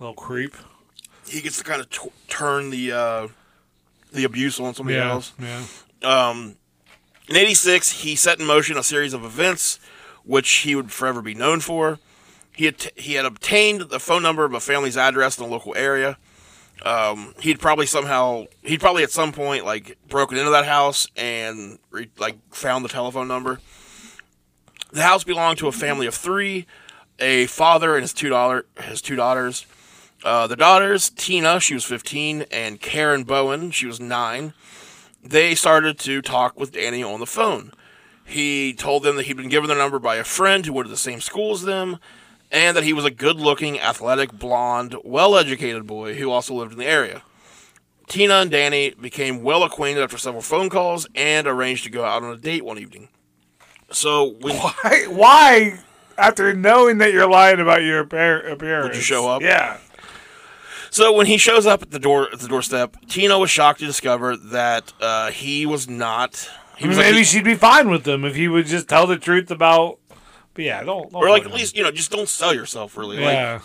Speaker 4: little creep.
Speaker 3: he gets to kind of t- turn the uh, the abuse on somebody
Speaker 4: Yeah,
Speaker 3: else.
Speaker 4: yeah.
Speaker 3: In 86, he set in motion a series of events which he would forever be known for. He had, he had obtained the phone number of a family's address in the local area. Um, he'd probably somehow, he'd probably at some point like broken into that house and re- like found the telephone number. The house belonged to a family of three, a father and his two daughter, his two daughters. Uh, the daughters, Tina, she was 15, and Karen Bowen, she was nine they started to talk with Danny on the phone. He told them that he'd been given their number by a friend who went to the same school as them, and that he was a good looking, athletic, blonde, well educated boy who also lived in the area. Tina and Danny became well acquainted after several phone calls and arranged to go out on a date one evening. So when
Speaker 4: Why? Why? After knowing that you're lying about your appar- appearance,
Speaker 3: Would you show up?
Speaker 4: Yeah.
Speaker 3: So when he shows up at the door at the doorstep, Tina was shocked to discover that uh, he was not. He
Speaker 4: I mean,
Speaker 3: was
Speaker 4: maybe
Speaker 3: like,
Speaker 4: she'd be fine with him if he would just tell the truth about. But yeah, don't. don't
Speaker 3: or like
Speaker 4: let
Speaker 3: at
Speaker 4: him.
Speaker 3: least you know, just don't sell yourself really. Like,
Speaker 4: Yeah.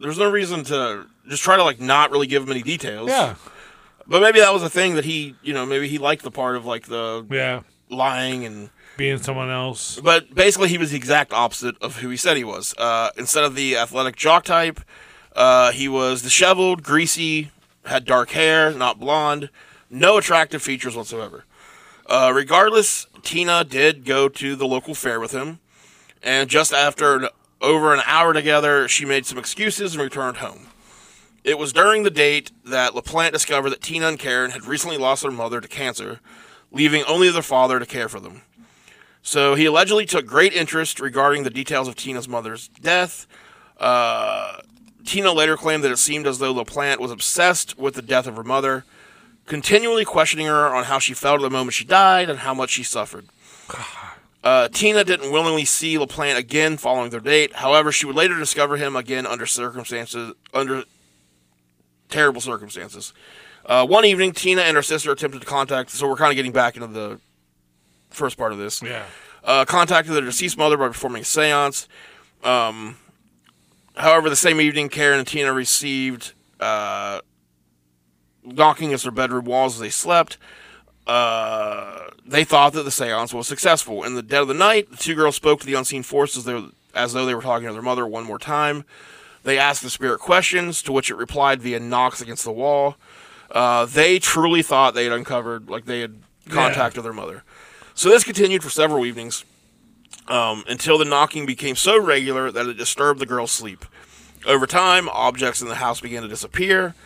Speaker 3: there's no reason to just try to like not really give him any details.
Speaker 4: yeah.
Speaker 3: But maybe that was a thing that he, you know, maybe he liked the part of like the
Speaker 4: Yeah.
Speaker 3: lying and.
Speaker 4: Being someone else.
Speaker 3: But basically, he was the exact opposite of who he said he was. Uh, instead of the athletic jock type, uh, he was disheveled, greasy, had dark hair, not blonde, no attractive features whatsoever. Uh, regardless, Tina did go to the local fair with him, and just after an, over an hour together, she made some excuses and returned home. It was during the date that LaPlante discovered that Tina and Karen had recently lost their mother to cancer, leaving only their father to care for them. So he allegedly took great interest regarding the details of Tina's mother's death. Uh, Tina later claimed that it seemed as though LaPlante was obsessed with the death of her mother, continually questioning her on how she felt at the moment she died and how much she suffered. Uh, Tina didn't willingly see LaPlante again following their date. However, she would later discover him again under circumstances under terrible circumstances. Uh, one evening, Tina and her sister attempted to contact. So we're kind of getting back into the first part of this
Speaker 4: Yeah.
Speaker 3: uh, contacted their deceased mother by performing a seance. Um, however, the same evening, Karen and Tina received uh, knocking at their bedroom walls as they slept. Uh, they thought that the seance was successful. In the dead of the night, the two girls spoke to the unseen forces as, though- as though they were talking to their mother one more time. They asked the spirit questions, to which it replied via knocks against the wall. Uh, they truly thought they had uncovered, like they had contacted their mother. So this continued for several evenings um, until the knocking became so regular that it disturbed the girl's sleep. Over time, objects in the house began to disappear.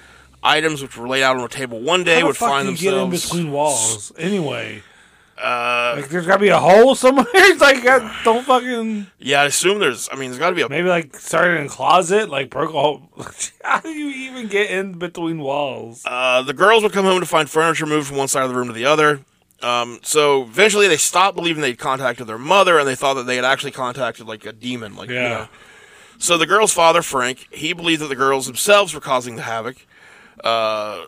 Speaker 3: items which were laid out on a table one day
Speaker 4: How the
Speaker 3: would
Speaker 4: fuck
Speaker 3: find
Speaker 4: do you get in
Speaker 3: themselves
Speaker 4: between walls anyway? Uh, like there's gotta be a hole somewhere. It's like I don't fucking
Speaker 3: Yeah, I assume there's. I mean, there's got to be a.
Speaker 4: maybe like started in a closet. Like broke a hole. How do you even get in between walls?
Speaker 3: Uh, the girls would come home to find furniture moved from one side of the room to the other. Um, so eventually, they stopped believing they'd contacted their mother, and they thought that they had actually contacted like a demon. Like, you
Speaker 4: Yeah.
Speaker 3: know. So the girls' father, Frank, he believed that the girls themselves were causing the havoc. Uh,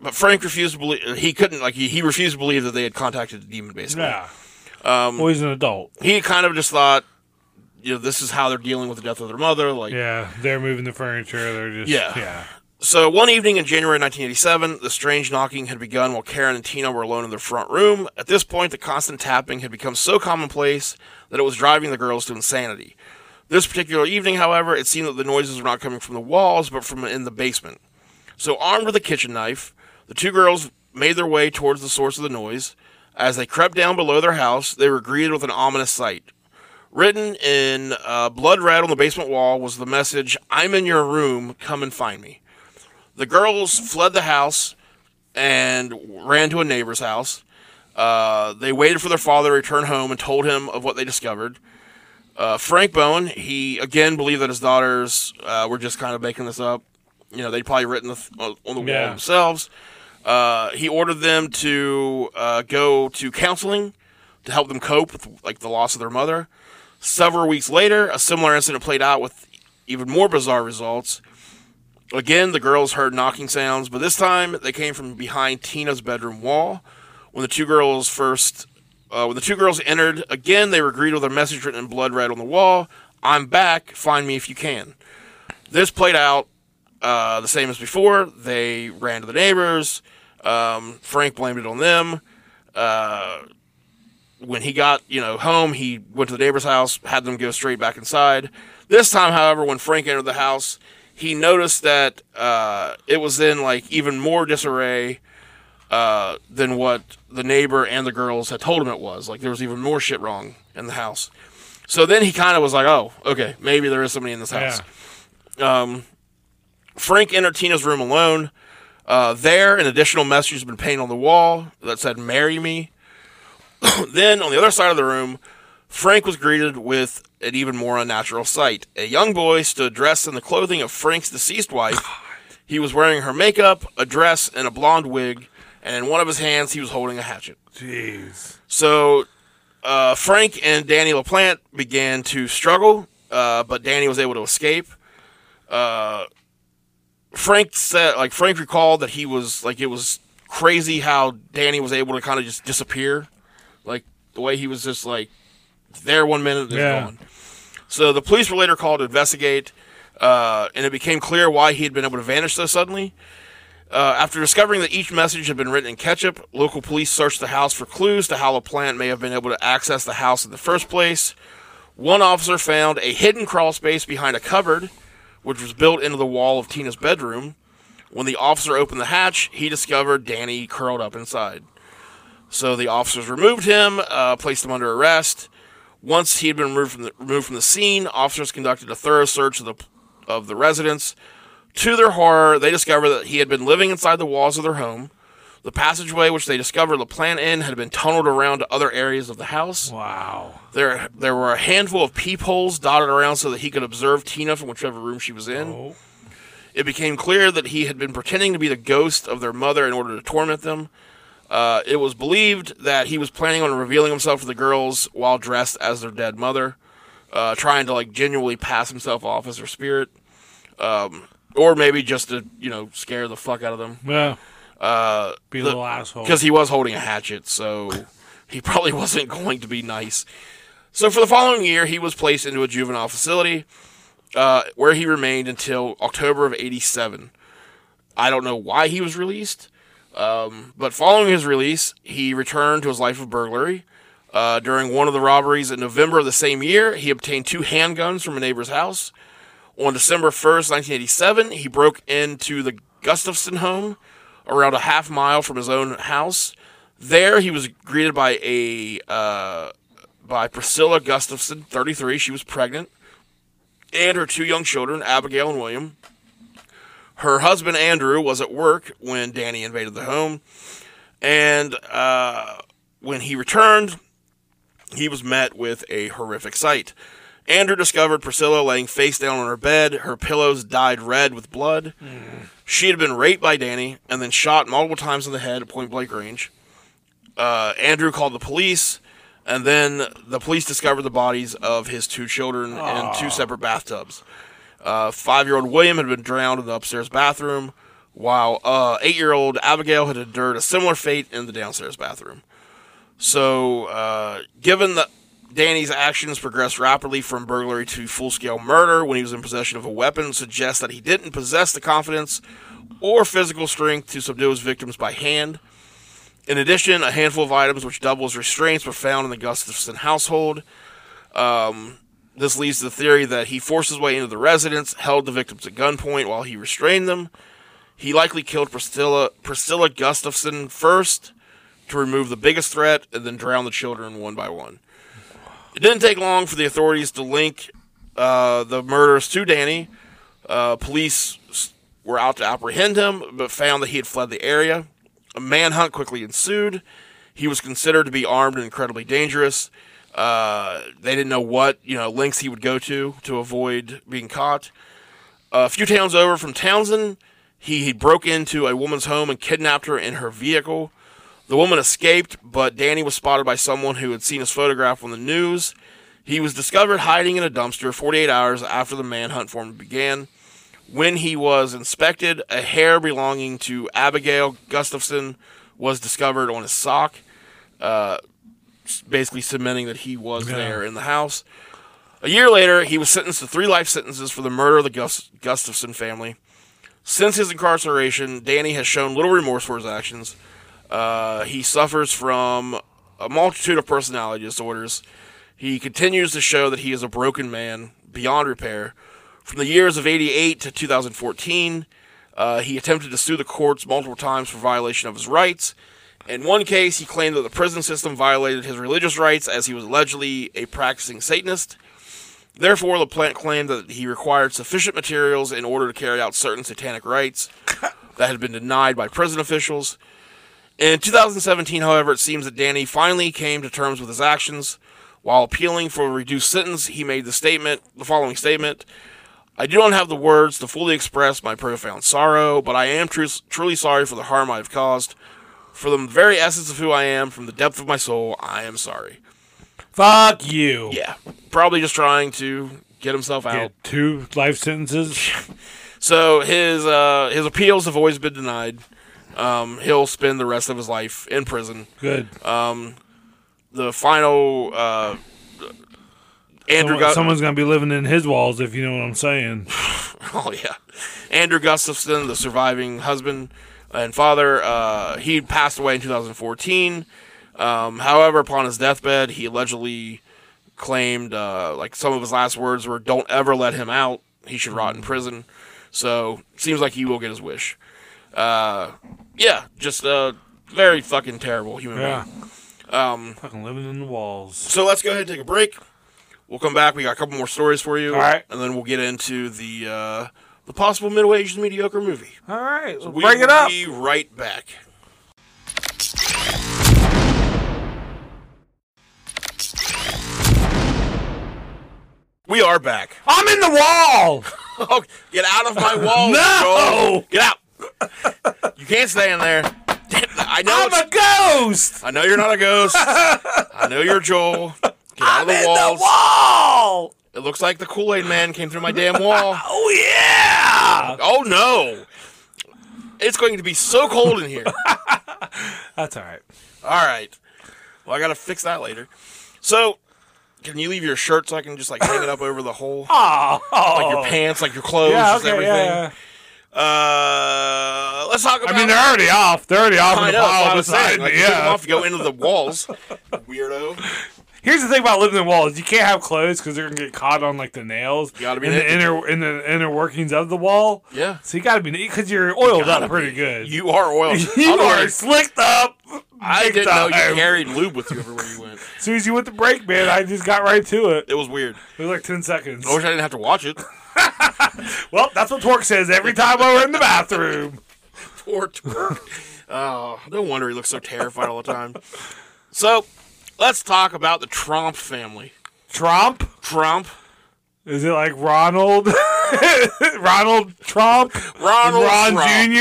Speaker 3: but Frank refused to believe. He couldn't like he, he refused to believe that they had contacted the demon. Basically,
Speaker 4: yeah.
Speaker 3: Um,
Speaker 4: well, he's an adult.
Speaker 3: he kind of just thought, you know, this is how they're dealing with the death of their mother. Like,
Speaker 4: Yeah, they're moving the furniture. They're just
Speaker 3: Yeah.
Speaker 4: yeah.
Speaker 3: So one evening in January 1987, the strange knocking had begun while Karen and Tina were alone in their front room. At this point, the constant tapping had become so commonplace that it was driving the girls to insanity. This particular evening, however, it seemed that the noises were not coming from the walls, but from in the basement. So, armed with a kitchen knife, the two girls made their way towards the source of the noise. As they crept down below their house, they were greeted with an ominous sight. Written in uh, blood red on the basement wall was the message I'm in your room, come and find me. The girls fled the house and ran to a neighbor's house. Uh, they waited for their father to return home and told him of what they discovered. Uh, Frank Bone, he again believed that his daughters uh, were just kind of making this up. You know, they'd probably written the th- on on the wall
Speaker 4: Yeah.
Speaker 3: themselves. Uh, he ordered them to uh, go to counseling to help them cope with like the loss of their mother. Several weeks later, a similar incident played out with even more bizarre results. Again, the girls heard knocking sounds, but this time they came from behind Tina's bedroom wall. When the two girls first, uh, when the two girls entered, again they were greeted with a message written in blood red on the wall: "I'm back. Find me if you can." This played out uh, the same as before. They ran to the neighbors. Um, Frank blamed it on them. Uh, when he got you know home, he went to the neighbor's house, had them go straight back inside. This time, however, when Frank entered the house, he noticed that uh, it was in like even more disarray uh, than what the neighbor and the girls had told him it was. Like there was even more shit wrong in the house. So then he kind of was like, "Oh, okay, maybe there is somebody in this house."
Speaker 4: Yeah.
Speaker 3: Frank entered Tina's room alone. Uh, there, an additional message has been painted on the wall that said, Marry me. then, on the other side of the room, Frank was greeted with an even more unnatural sight. A young boy stood dressed in the clothing of Frank's deceased wife. He was wearing her makeup, a dress, and a blonde wig, and in one of his hands, he was holding a hatchet.
Speaker 4: Jeez.
Speaker 3: So uh, Frank and Danny LaPlante began to struggle, uh, but Danny was able to escape. Uh, Frank said, like Frank recalled that he was like it was crazy how Danny was able to kind of just disappear, like the way he was just like there one minute and then
Speaker 4: Yeah.
Speaker 3: gone. So the police were later called to investigate, uh, and it became clear why he had been able to vanish so suddenly. Uh, after discovering that each message had been written in ketchup, local police searched the house for clues to how LaPlante may have been able to access the house in the first place. One officer found a hidden crawl space behind a cupboard, which was built into the wall of Tina's bedroom. When the officer opened the hatch, he discovered Danny curled up inside. So the officers removed him, uh, placed him under arrest. Once he had been removed from the, removed from the scene, officers conducted a thorough search of the of the residence. To their horror, they discovered that he had been living inside the walls of their home. The passageway, which they discovered the plan in, had been tunneled around to other areas of the house.
Speaker 4: Wow.
Speaker 3: There, there were a handful of peepholes dotted around so that he could observe Tina from whichever room she was in.
Speaker 4: Oh.
Speaker 3: It became clear that he had been pretending to be the ghost of their mother in order to torment them. Uh, it was believed that he was planning on revealing himself to the girls while dressed as their dead mother, uh, trying to like genuinely pass himself off as her spirit, um, or maybe just to you know scare the fuck out of them
Speaker 4: Yeah. Uh, Be a little asshole.
Speaker 3: because he was holding a hatchet, so he probably wasn't going to be nice. So for the following year, he was placed into a juvenile facility, uh, where he remained until October of '87. I don't know why he was released, um, but following his release, he returned to his life of burglary. Uh, during one of the robberies in November of the same year, he obtained two handguns from a neighbor's house. On December 1st, 1987, he broke into the Gustafson home around a half mile from his own house. There, he was greeted by a uh, by Priscilla Gustafson, 33. She was pregnant, and her two young children, Abigail and William. Her husband Andrew was at work when Danny invaded the home, and uh, when he returned, he was met with a horrific sight. Andrew discovered Priscilla laying face down on her bed, her pillows dyed red with blood. She had been raped by Danny and then shot multiple times in the head at point blank range. Uh, Andrew called the police, and then the police discovered the bodies of his two children in two separate bathtubs. Uh, Five year old William had been drowned in the upstairs bathroom, while uh, eight year old Abigail had endured a similar fate in the downstairs bathroom. So, uh, given that Danny's actions progressed rapidly from burglary to full scale murder when he was in possession of a weapon, suggests that he didn't possess the confidence or physical strength to subdue his victims by hand. In addition, a handful of items which double as restraints were found in the Gustafson household. Um, this leads to the theory that he forced his way into the residence, held the victims at gunpoint while he restrained them. He likely killed Priscilla, Priscilla Gustafson first to remove the biggest threat and then drown the children one by one. It didn't take long for the authorities to link uh, the murders to Danny. Uh, police s- were out to apprehend him, but found that he had fled the area. A manhunt quickly ensued. He was considered to be armed and incredibly dangerous. Uh, they didn't know what you know lengths he would go to to avoid being caught. A few towns over from Townsend, he, he broke into a woman's home and kidnapped her in her vehicle. The woman escaped, but Danny was spotted by someone who had seen his photograph on the news. He was discovered hiding in a dumpster 48 hours after the manhunt for him began. When he was inspected, a hair belonging to Abigail Gustafson was discovered on his sock, uh, s- basically cementing that he was there in the house. A year later, he was sentenced to three life sentences for the murder of the Gus- Gustafson family. Since his incarceration, Danny has shown little remorse for his actions. Uh, he suffers from a multitude of personality disorders. He continues to show that he is a broken man beyond repair. From the years of 88 to 2014, uh, he attempted to sue the courts multiple times for violation of his rights. In one case, he claimed that the prison system violated his religious rights as he was allegedly a practicing Satanist. Therefore, the plant claimed that he required sufficient materials in order to carry out certain satanic rites that had been denied by prison officials. In 2017, however, it seems that Danny finally came to terms with his actions. While appealing for a reduced sentence, he made the statement, the following statement: "I do not have the words to fully express my profound sorrow, but I am tru- truly sorry for the harm I have caused. For the very essence of who I am, from the depth of my soul, I am sorry."
Speaker 4: Fuck you.
Speaker 3: Yeah, probably just trying to get himself out.
Speaker 4: Get two life sentences.
Speaker 3: So his uh, his appeals have always been denied. Um, he'll spend the rest of his life in prison.
Speaker 4: Good.
Speaker 3: the final uh, Andrew
Speaker 4: Someone-
Speaker 3: Gus-
Speaker 4: someone's gonna be living in his walls if you know what I'm saying.
Speaker 3: oh yeah, Andrew Gustafson, the surviving husband and father, uh, he passed away in 2014. Um, however, upon his deathbed, he allegedly claimed uh, like some of his last words were "Don't ever let him out. He should rot in
Speaker 4: Mm-hmm.
Speaker 3: prison." So seems like he will get his wish. Uh, yeah, just uh, very fucking terrible human being.
Speaker 4: Yeah. Um. Fucking living in the walls.
Speaker 3: So let's go ahead and take a break. We'll come back. We got a couple more stories for you.
Speaker 4: All right.
Speaker 3: And then we'll get into the uh, the possible middle aged mediocre movie.
Speaker 4: All right. So
Speaker 3: We
Speaker 4: break it
Speaker 3: will
Speaker 4: up.
Speaker 3: Be right back. We are back.
Speaker 4: I'm in the wall.
Speaker 3: Oh, get out of my wall! Joel.
Speaker 4: No!
Speaker 3: Get out! You can't stay in there. I know.
Speaker 4: I'm
Speaker 3: it's-
Speaker 4: a ghost.
Speaker 3: I know you're not a ghost. I know you're Joel. Get out
Speaker 4: I'm
Speaker 3: of the
Speaker 4: in
Speaker 3: walls.
Speaker 4: the wall.
Speaker 3: It looks like the Kool Aid Man came through my damn wall.
Speaker 4: Oh yeah.
Speaker 3: Oh no! It's going to be so cold in here.
Speaker 4: That's all right.
Speaker 3: All right. Well, I gotta fix that later. So, can you leave your shirt so I can just like hang it up over the hole?
Speaker 4: Oh.
Speaker 3: Like your pants, like your clothes,
Speaker 4: yeah.
Speaker 3: just
Speaker 4: Okay.
Speaker 3: everything.
Speaker 4: Yeah.
Speaker 3: Uh, let's talk about.
Speaker 4: I mean, they're already off. They're already off
Speaker 3: I
Speaker 4: in the
Speaker 3: know, that's what I
Speaker 4: pile
Speaker 3: was
Speaker 4: beside
Speaker 3: saying.
Speaker 4: me.
Speaker 3: Like, yeah.
Speaker 4: yeah.
Speaker 3: off, go into the walls, weirdo.
Speaker 4: Here's the thing about living in walls: you can't have clothes because they're gonna get caught on like the nails. You
Speaker 3: gotta be
Speaker 4: in the
Speaker 3: naked.
Speaker 4: inner in the inner workings of the wall.
Speaker 3: Yeah.
Speaker 4: So you gotta be because you're oiled
Speaker 3: gotta
Speaker 4: up pretty good.
Speaker 3: You are oiled.
Speaker 4: You
Speaker 3: I'm
Speaker 4: are
Speaker 3: wearing-
Speaker 4: slicked up.
Speaker 3: I
Speaker 4: Big
Speaker 3: didn't know
Speaker 4: time.
Speaker 3: you carried lube with you everywhere you went.
Speaker 4: As soon as you went to break, man, I just got right to it.
Speaker 3: It was weird.
Speaker 4: It was like 10 seconds.
Speaker 3: I wish I didn't have to watch it.
Speaker 4: Well, that's what Torque says every time we're in the bathroom.
Speaker 3: Poor twerk. Oh, no wonder he looks so terrified all the time. So, let's talk about the Trump family.
Speaker 4: Trump?
Speaker 3: Trump,
Speaker 4: Is it like Ronald? Ronald Trump?
Speaker 3: Ronald
Speaker 4: Ron
Speaker 3: Trump.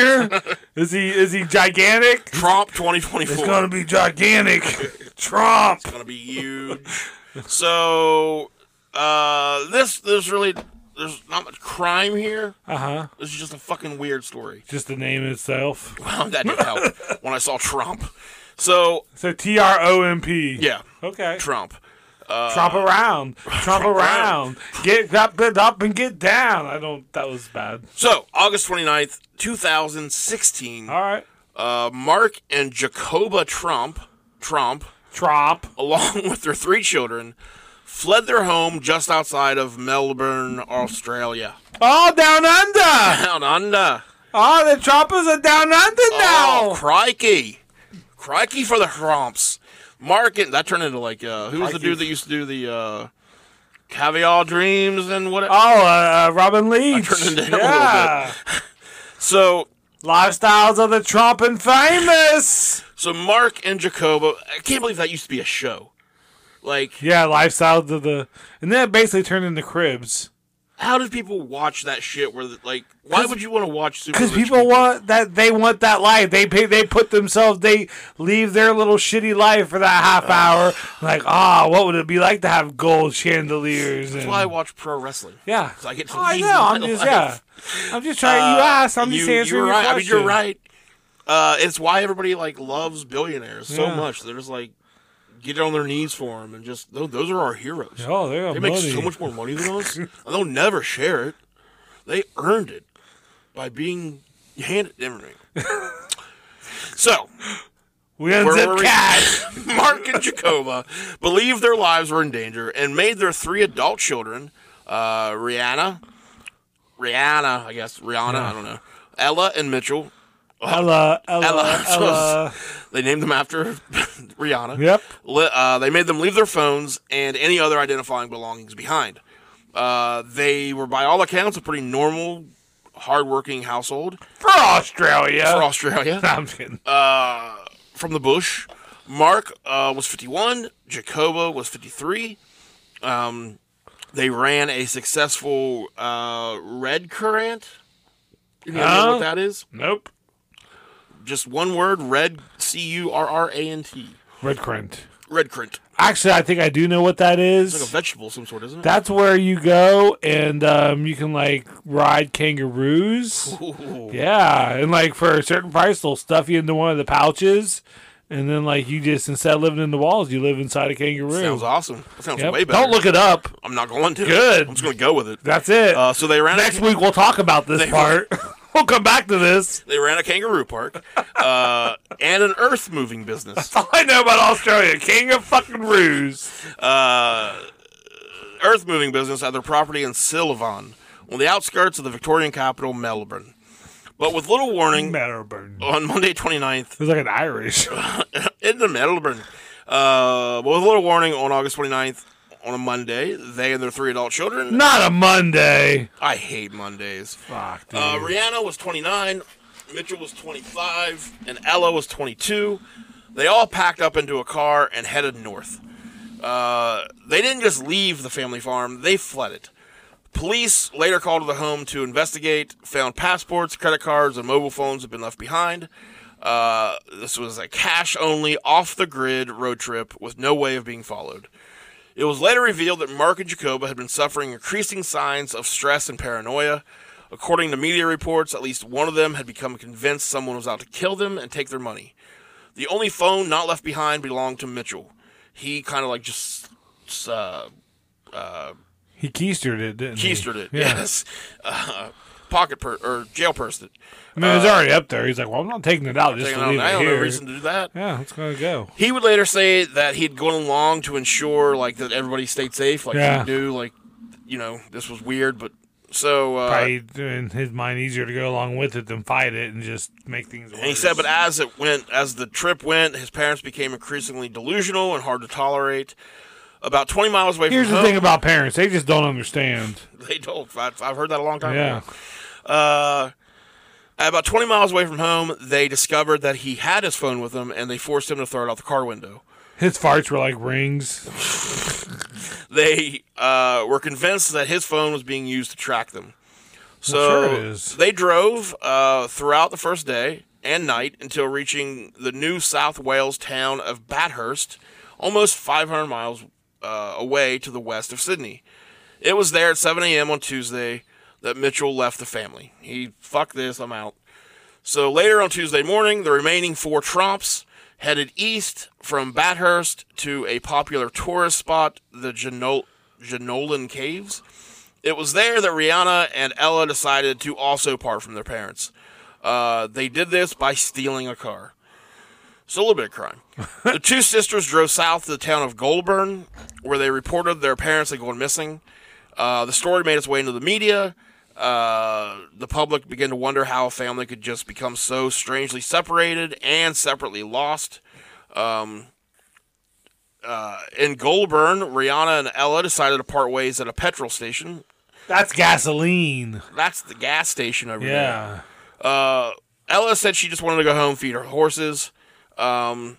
Speaker 4: Jr.? Is he is he gigantic?
Speaker 3: Trump 2024.
Speaker 4: It's gonna be gigantic. Trump.
Speaker 3: gonna be huge. so uh, this there's really there's not much crime here.
Speaker 4: Uh huh.
Speaker 3: This is just a fucking weird story.
Speaker 4: Just the name itself.
Speaker 3: Wow, that didn't help when I saw Trump. So
Speaker 4: So T R O M P.
Speaker 3: yeah,
Speaker 4: Okay.
Speaker 3: Trump.
Speaker 4: Trump around. Trump around. Get up and up and get down. I don't. That was bad.
Speaker 3: So August 29th, 2016,
Speaker 4: All right.
Speaker 3: uh, Mark and Jacoba Trump, Trump,
Speaker 4: Trump.
Speaker 3: along with their three children, fled their home just outside of Melbourne, Australia.
Speaker 4: Oh, down under.
Speaker 3: Down under.
Speaker 4: Oh, the Trumpers are down under
Speaker 3: Oh,
Speaker 4: now.
Speaker 3: crikey. Crikey for the Trumps. Mark and that turned into like uh who was the
Speaker 4: Crikey.
Speaker 3: dude that used to do the uh caviar dreams and what
Speaker 4: Oh, uh, uh, Robin Leach.
Speaker 3: turned it down a little
Speaker 4: yeah.
Speaker 3: so
Speaker 4: Lifestyles of the Trump and famous.
Speaker 3: so Mark and Jacobo I can't believe that used to be a show. Like
Speaker 4: Yeah, lifestyles of the, and then it basically turned into cribs.
Speaker 3: how did people watch that shit where the, like why would you want to watch super
Speaker 4: Because
Speaker 3: rich
Speaker 4: people want that, they want that life. They pay, they put themselves, they leave their little shitty life for that half hour. Like, ah, what would it be like to have gold chandeliers? And,
Speaker 3: that's why I watch pro wrestling.
Speaker 4: yeah, Oh,
Speaker 3: So I get to
Speaker 4: I
Speaker 3: leave
Speaker 4: know.
Speaker 3: my
Speaker 4: I'm just
Speaker 3: life.
Speaker 4: yeah. I'm just trying. you asked. I'm just
Speaker 3: Uh, You-
Speaker 4: answering
Speaker 3: you're
Speaker 4: your
Speaker 3: right.
Speaker 4: question.
Speaker 3: I mean, you're right. Uh, it's why everybody like loves billionaires so
Speaker 4: Yeah.
Speaker 3: much. They're just like get on their knees for them and just tho- those are our heroes.
Speaker 4: Oh, they got
Speaker 3: they make
Speaker 4: money.
Speaker 3: so much more money than us, and they'll never share it. They earned it by being handed everything. so
Speaker 4: we unzip
Speaker 3: we?
Speaker 4: cash.
Speaker 3: Mark and Jacoba believed their lives were in danger and made their three adult children, uh, Rihanna, Rihanna, I guess, Rihanna, I don't know, Ella and Mitchell.
Speaker 4: Ella, Ella, Uh, Ella.
Speaker 3: Ella. They named them after Rihanna.
Speaker 4: Yep.
Speaker 3: Li- Uh, they made them leave their phones and any other identifying belongings behind. Uh, they were, by all accounts, a pretty normal, hardworking household
Speaker 4: For Australia.
Speaker 3: for Uh, Australia.
Speaker 4: I'm kidding.
Speaker 3: from the bush. Mark uh, was 51. Jacoba was 53. Um, they ran a successful uh, red currant. You know
Speaker 4: Huh?
Speaker 3: what that is?
Speaker 4: nope.
Speaker 3: Just one word: red. C U R R A N T.
Speaker 4: Red currant.
Speaker 3: Red currant.
Speaker 4: Actually, I think I do know what that is.
Speaker 3: Like a vegetable, of some sort, isn't it?
Speaker 4: That's where you go and um, you can like ride kangaroos.
Speaker 3: Ooh.
Speaker 4: Yeah, and like for a certain price, they'll stuff you into one of the pouches, and then like you just instead of living in the walls, you live inside a kangaroo.
Speaker 3: Sounds awesome. That sounds
Speaker 4: Yep.
Speaker 3: way better.
Speaker 4: Don't look it up.
Speaker 3: I'm not going to.
Speaker 4: Good.
Speaker 3: I'm just going to go with it.
Speaker 4: That's it.
Speaker 3: Uh, so they ran.
Speaker 4: Next
Speaker 3: a,
Speaker 4: week we'll talk about this part. we'll come back to this.
Speaker 3: they ran a kangaroo park uh, and an earth moving business.
Speaker 4: All I know about Australia, king of fucking roos.
Speaker 3: uh, earth moving business at their property in Sylvan, on the outskirts of the Victorian capital, Melbourne. But with little warning,
Speaker 4: Melbourne. It
Speaker 3: on Monday 29th,
Speaker 4: was like an Irish.
Speaker 3: in the Melbourne, uh, but with little warning on August 29th, on a Monday, they and their three adult children.
Speaker 4: Not a Monday.
Speaker 3: I hate Mondays.
Speaker 4: Fuck, dude.
Speaker 3: Uh, Rihanna was 29, Mitchell was 25, and Ella was 22. They all packed up into a car and headed north. Uh, they didn't just leave the family farm, they fled it. Police later called to the home to investigate, found passports, credit cards, and mobile phones had been left behind. Uh, this was a cash only, off the grid road trip with no way of being followed. It was later revealed that Mark and Jacoba had been suffering increasing signs of stress and paranoia. According to media reports, at least one of them had become convinced someone was out to kill them and take their money. The only phone not left behind belonged to Mitchell. He kind of like just uh,
Speaker 4: He keistered it, didn't he?
Speaker 3: keistered it. Yes, uh, pocket per or jail pursed it.
Speaker 4: I mean, it's already up there. He's like, well, Uh, I'm not taking it out. Just
Speaker 3: Hang
Speaker 4: to
Speaker 3: on,
Speaker 4: leave
Speaker 3: I
Speaker 4: it
Speaker 3: don't
Speaker 4: here.
Speaker 3: know reason to do that.
Speaker 4: Yeah, it's gonna go.
Speaker 3: He would later say that he'd gone along to ensure like that everybody stayed safe. Like
Speaker 4: Yeah.
Speaker 3: he knew like you know this was weird, but So uh,
Speaker 4: Probably in his mind easier to go along with it than fight it and just make things worse.
Speaker 3: And he said, but as it went, as the trip went, his parents became increasingly delusional and hard to tolerate. About 20 miles away
Speaker 4: here's
Speaker 3: from
Speaker 4: the
Speaker 3: home,
Speaker 4: thing about parents, they just don't understand.
Speaker 3: they told. I, I've heard that a long time
Speaker 4: Yeah.
Speaker 3: ago. Uh, about 20 miles away from home, they discovered that he had his phone with him, and they forced him to throw it out the car window.
Speaker 4: His farts were like rings.
Speaker 3: They uh, were convinced that his phone was being used to track them. So
Speaker 4: Well, sure it is.
Speaker 3: they drove uh, throughout the first day and night until reaching the New South Wales town of Bathurst, almost 500 miles uh, away to the west of Sydney. It was there at 7 a.m. on Tuesday that Mitchell left the family. He, fuck this, I'm out. So later on Tuesday morning, the remaining four tromps headed east from Bathurst to a popular tourist spot, the Genol- Janolan Caves. It was there that Rihanna and Ella decided to also part from their parents. Uh, they did this by stealing a car. It's a little bit of crime. the two sisters drove south to the town of Goulburn, where they reported their parents had gone missing. Uh, the story made its way into the media. Uh, the public began to wonder how a family could just become so strangely separated and separately lost. Um, uh, in Goulburn, Rihanna and Ella decided to part ways at a petrol station
Speaker 4: That's gasoline.
Speaker 3: that's the gas station over there.
Speaker 4: Yeah.
Speaker 3: Ella said she just wanted to go home, feed her horses. Um,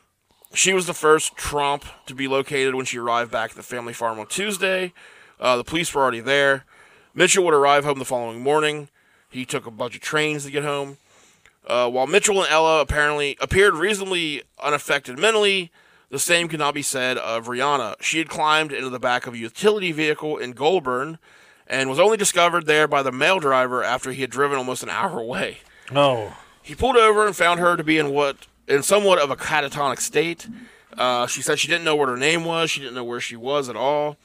Speaker 3: she was the first Trump to be located when she arrived back at the family farm on Tuesday. Uh, the police were already there. Mitchell would arrive home the following morning. He took a bunch of trains to get home. Uh, while Mitchell and Ella apparently appeared reasonably unaffected mentally, the same could not be said of Rihanna. She had climbed into the back of a utility vehicle in Goulburn and was only discovered there by the mail driver after he had driven almost an hour away.
Speaker 4: Oh.
Speaker 3: He pulled over and found her to be in what in somewhat of a catatonic state. Uh, she said she didn't know what her name was. She didn't know where she was at all.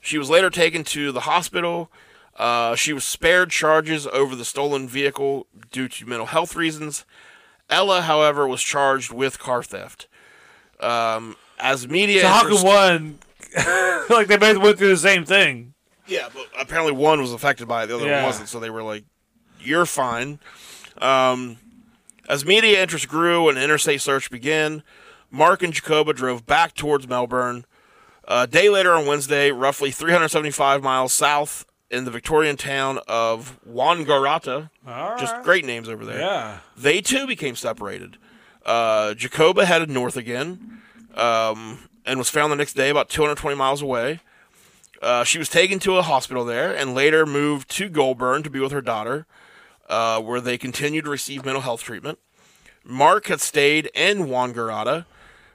Speaker 3: She was later taken to the hospital. Uh, she was spared charges over the stolen vehicle due to mental health reasons. Ella, however, was charged with car theft. Um, as media,
Speaker 4: So how
Speaker 3: interest-
Speaker 4: could one like they both went through the same thing?
Speaker 3: Yeah, but apparently one was affected by it, the other one
Speaker 4: Yeah.
Speaker 3: wasn't. So they were like, "You're fine." Um, as media interest grew and interstate search began, Mark and Jacoba drove back towards Melbourne. A day later on Wednesday, roughly 375 miles south in the Victorian town of Wangaratta.
Speaker 4: All
Speaker 3: Just
Speaker 4: right.
Speaker 3: great names over there
Speaker 4: Yeah.
Speaker 3: they too became separated. Uh, Jacoba headed north again um, and was found the next day about 220 miles away. Uh, she was taken to a hospital there and later moved to Goulburn to be with her daughter, uh, where they continued to receive mental health treatment. Mark had stayed in Wangaratta.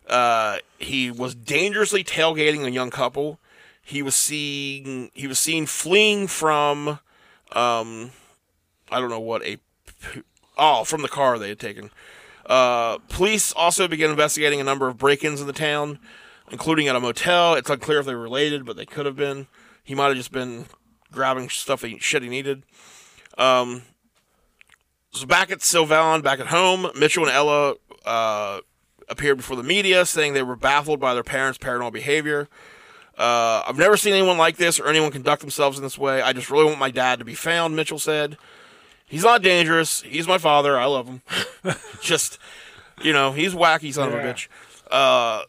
Speaker 3: Uh, he was dangerously tailgating a young couple. He was seen. He was seen fleeing from, um, I don't know what a, oh, from the car they had taken. Uh, police also began investigating a number of break-ins in the town, including at a motel. It's unclear if they were related, but they could have been. He might have just been grabbing stuff he shit he needed. Um, So back at Sylvan, back at home, Mitchell and Ella uh, appeared before the media, saying they were baffled by their parents' paranormal behavior. Uh, I've never seen anyone like this or anyone conduct themselves in this way. I just really want my dad to be found, Mitchell said. He's not dangerous. He's my father. I love him. just, you know, he's wacky, son of a
Speaker 4: Yeah.
Speaker 3: bitch. Uh,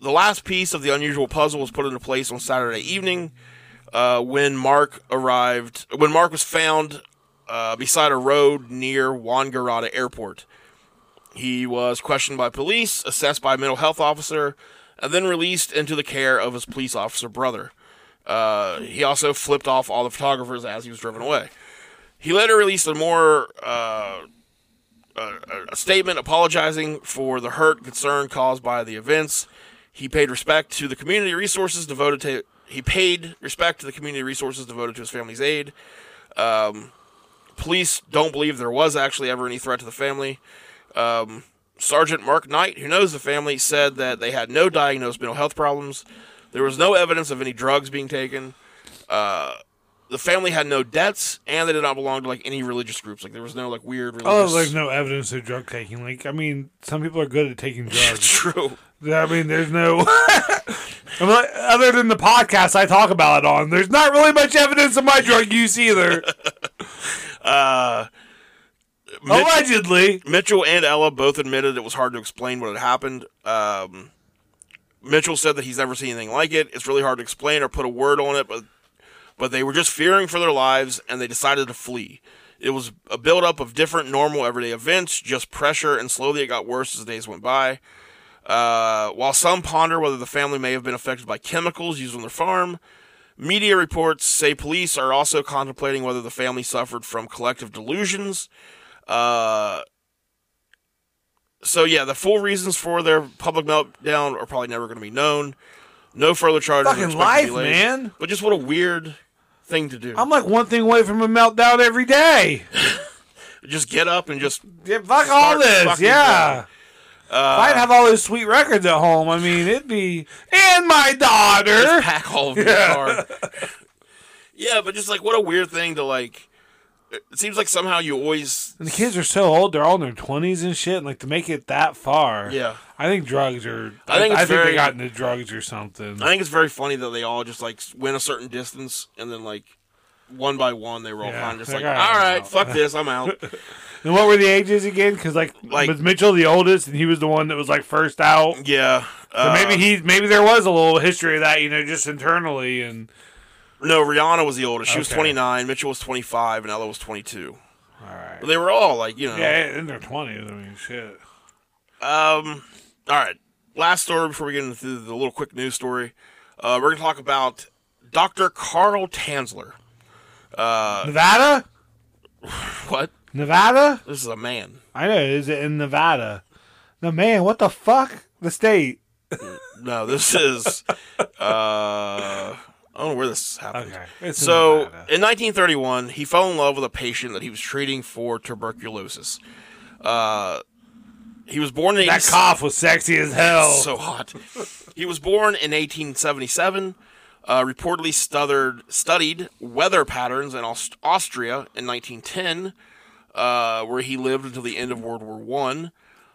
Speaker 3: the last piece of the unusual puzzle was put into place on Saturday evening uh, when Mark arrived, when Mark was found uh, beside a road near Wangaratta Airport. He was questioned by police, assessed by a mental health officer, and then released into the care of his police officer brother. Uh, he also flipped off all the photographers as he was driven away. He later released a more uh, a, a statement apologizing for the hurt and concern caused by the events. He paid respect to the community resources devoted to. He paid respect to the community resources devoted to his family's aid. Um, police don't believe there was actually ever any threat to the family. Um, Sergeant Mark Knight, who knows the family, said that they had no diagnosed mental health problems. There was no evidence of any drugs being taken. Uh, the family had no debts, and they did not belong to like any religious groups. Like there was no like weird religious.
Speaker 4: Oh, there's no evidence of drug taking. Like, I mean, some people are good at taking drugs.
Speaker 3: True.
Speaker 4: I mean, there's no. I'm like, Other than the podcast I talk about it on, there's not really much evidence of my drug use either.
Speaker 3: Uh,
Speaker 4: Allegedly.
Speaker 3: Mitchell and Ella both admitted it was hard to explain what had happened. Um, Mitchell said that he's never seen anything like it. It's really hard to explain or put a word on it, but but they were just fearing for their lives and they decided to flee. It was a buildup of different normal everyday events, just pressure, and slowly it got worse as the days went by. Uh, while some ponder whether the family may have been affected by chemicals used on their farm, media reports say police are also contemplating whether the family suffered from collective delusions. Uh, so yeah, the full reasons for their public meltdown are probably never going to be known. No further charges. are
Speaker 4: Fucking
Speaker 3: expected to
Speaker 4: life,
Speaker 3: be laid.
Speaker 4: man.
Speaker 3: But just what a weird thing to do.
Speaker 4: I'm like one thing away from a meltdown every day.
Speaker 3: just get up and just
Speaker 4: Yeah, fuck
Speaker 3: Start
Speaker 4: all this.
Speaker 3: fucking Uh,
Speaker 4: Yeah. if I'd have all those sweet records at home, I mean, it'd be. And my daughter.
Speaker 3: pack all of your car. yeah, but just like what a weird thing to like. It seems like somehow you always
Speaker 4: And the kids are so old; they're all in their twenties and shit. And like to make it that far,
Speaker 3: Yeah.
Speaker 4: I think drugs are.
Speaker 3: I think it's
Speaker 4: I think they
Speaker 3: very-
Speaker 4: got into drugs or something.
Speaker 3: I think it's very funny that they all just like went a certain distance and then like one by one they were all
Speaker 4: Yeah,
Speaker 3: kind of just
Speaker 4: like,
Speaker 3: like,
Speaker 4: "All right,
Speaker 3: all
Speaker 4: I'm
Speaker 3: right, fuck this, I'm out.
Speaker 4: And what were the ages again? Because like,
Speaker 3: Like-
Speaker 4: was Mitchell the oldest, and he was the one that was like first out.
Speaker 3: Yeah.
Speaker 4: So
Speaker 3: Uh,
Speaker 4: maybe he, maybe there was a little history of that, you know, just internally. And
Speaker 3: uh, no, Rihanna was the oldest. She was
Speaker 4: Okay.
Speaker 3: 29, Mitchell was 25, and Ella was 22.
Speaker 4: all right,
Speaker 3: But they were all like, you know.
Speaker 4: yeah, in their twenties. I mean, shit.
Speaker 3: Um, all right. Last story before we get into the little quick news story. Uh, we're going to talk about Dr. Carl Tanzler. Uh,
Speaker 4: Nevada,
Speaker 3: What?
Speaker 4: Nevada.
Speaker 3: This is a man.
Speaker 4: I know. Is it in Nevada? No, man. What the fuck? The state.
Speaker 3: No, this is. uh, I don't know where this happened.
Speaker 4: Okay. It's in
Speaker 3: So,
Speaker 4: Nevada.
Speaker 3: in 1931, he fell in love with a patient that he was treating for tuberculosis. Uh, he was born in
Speaker 4: that
Speaker 3: 86
Speaker 4: cough was sexy as hell.
Speaker 3: so hot. He was born in 1877. Uh, reportedly stuthered, studied weather patterns in Aust- Austria in 1910, uh, where he lived until the end of World War One.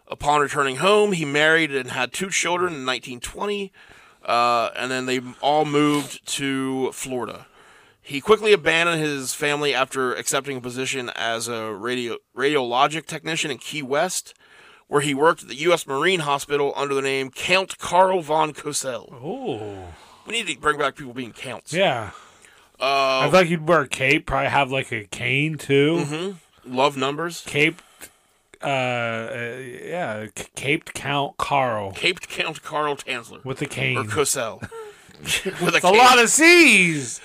Speaker 3: Upon returning home, he married and had two children in 1920, uh, and then they all moved to Florida. He quickly abandoned his family after accepting a position as a radio radiologic technician in Key West, where he worked at the U.S. Marine Hospital under the name Count Carl von Cosell.
Speaker 4: Ooh.
Speaker 3: We need to bring back people being counts.
Speaker 4: Oh. Yeah.
Speaker 3: Uh,
Speaker 4: I feel like you'd wear a cape, probably have like a cane too.
Speaker 3: Love numbers.
Speaker 4: Caped, uh, uh, yeah, c- caped Count Carl
Speaker 3: Caped Count Carl Tanzler.
Speaker 4: with a
Speaker 3: or
Speaker 4: cane.
Speaker 3: Cosell. With a, uh,
Speaker 4: It's a lot of C's.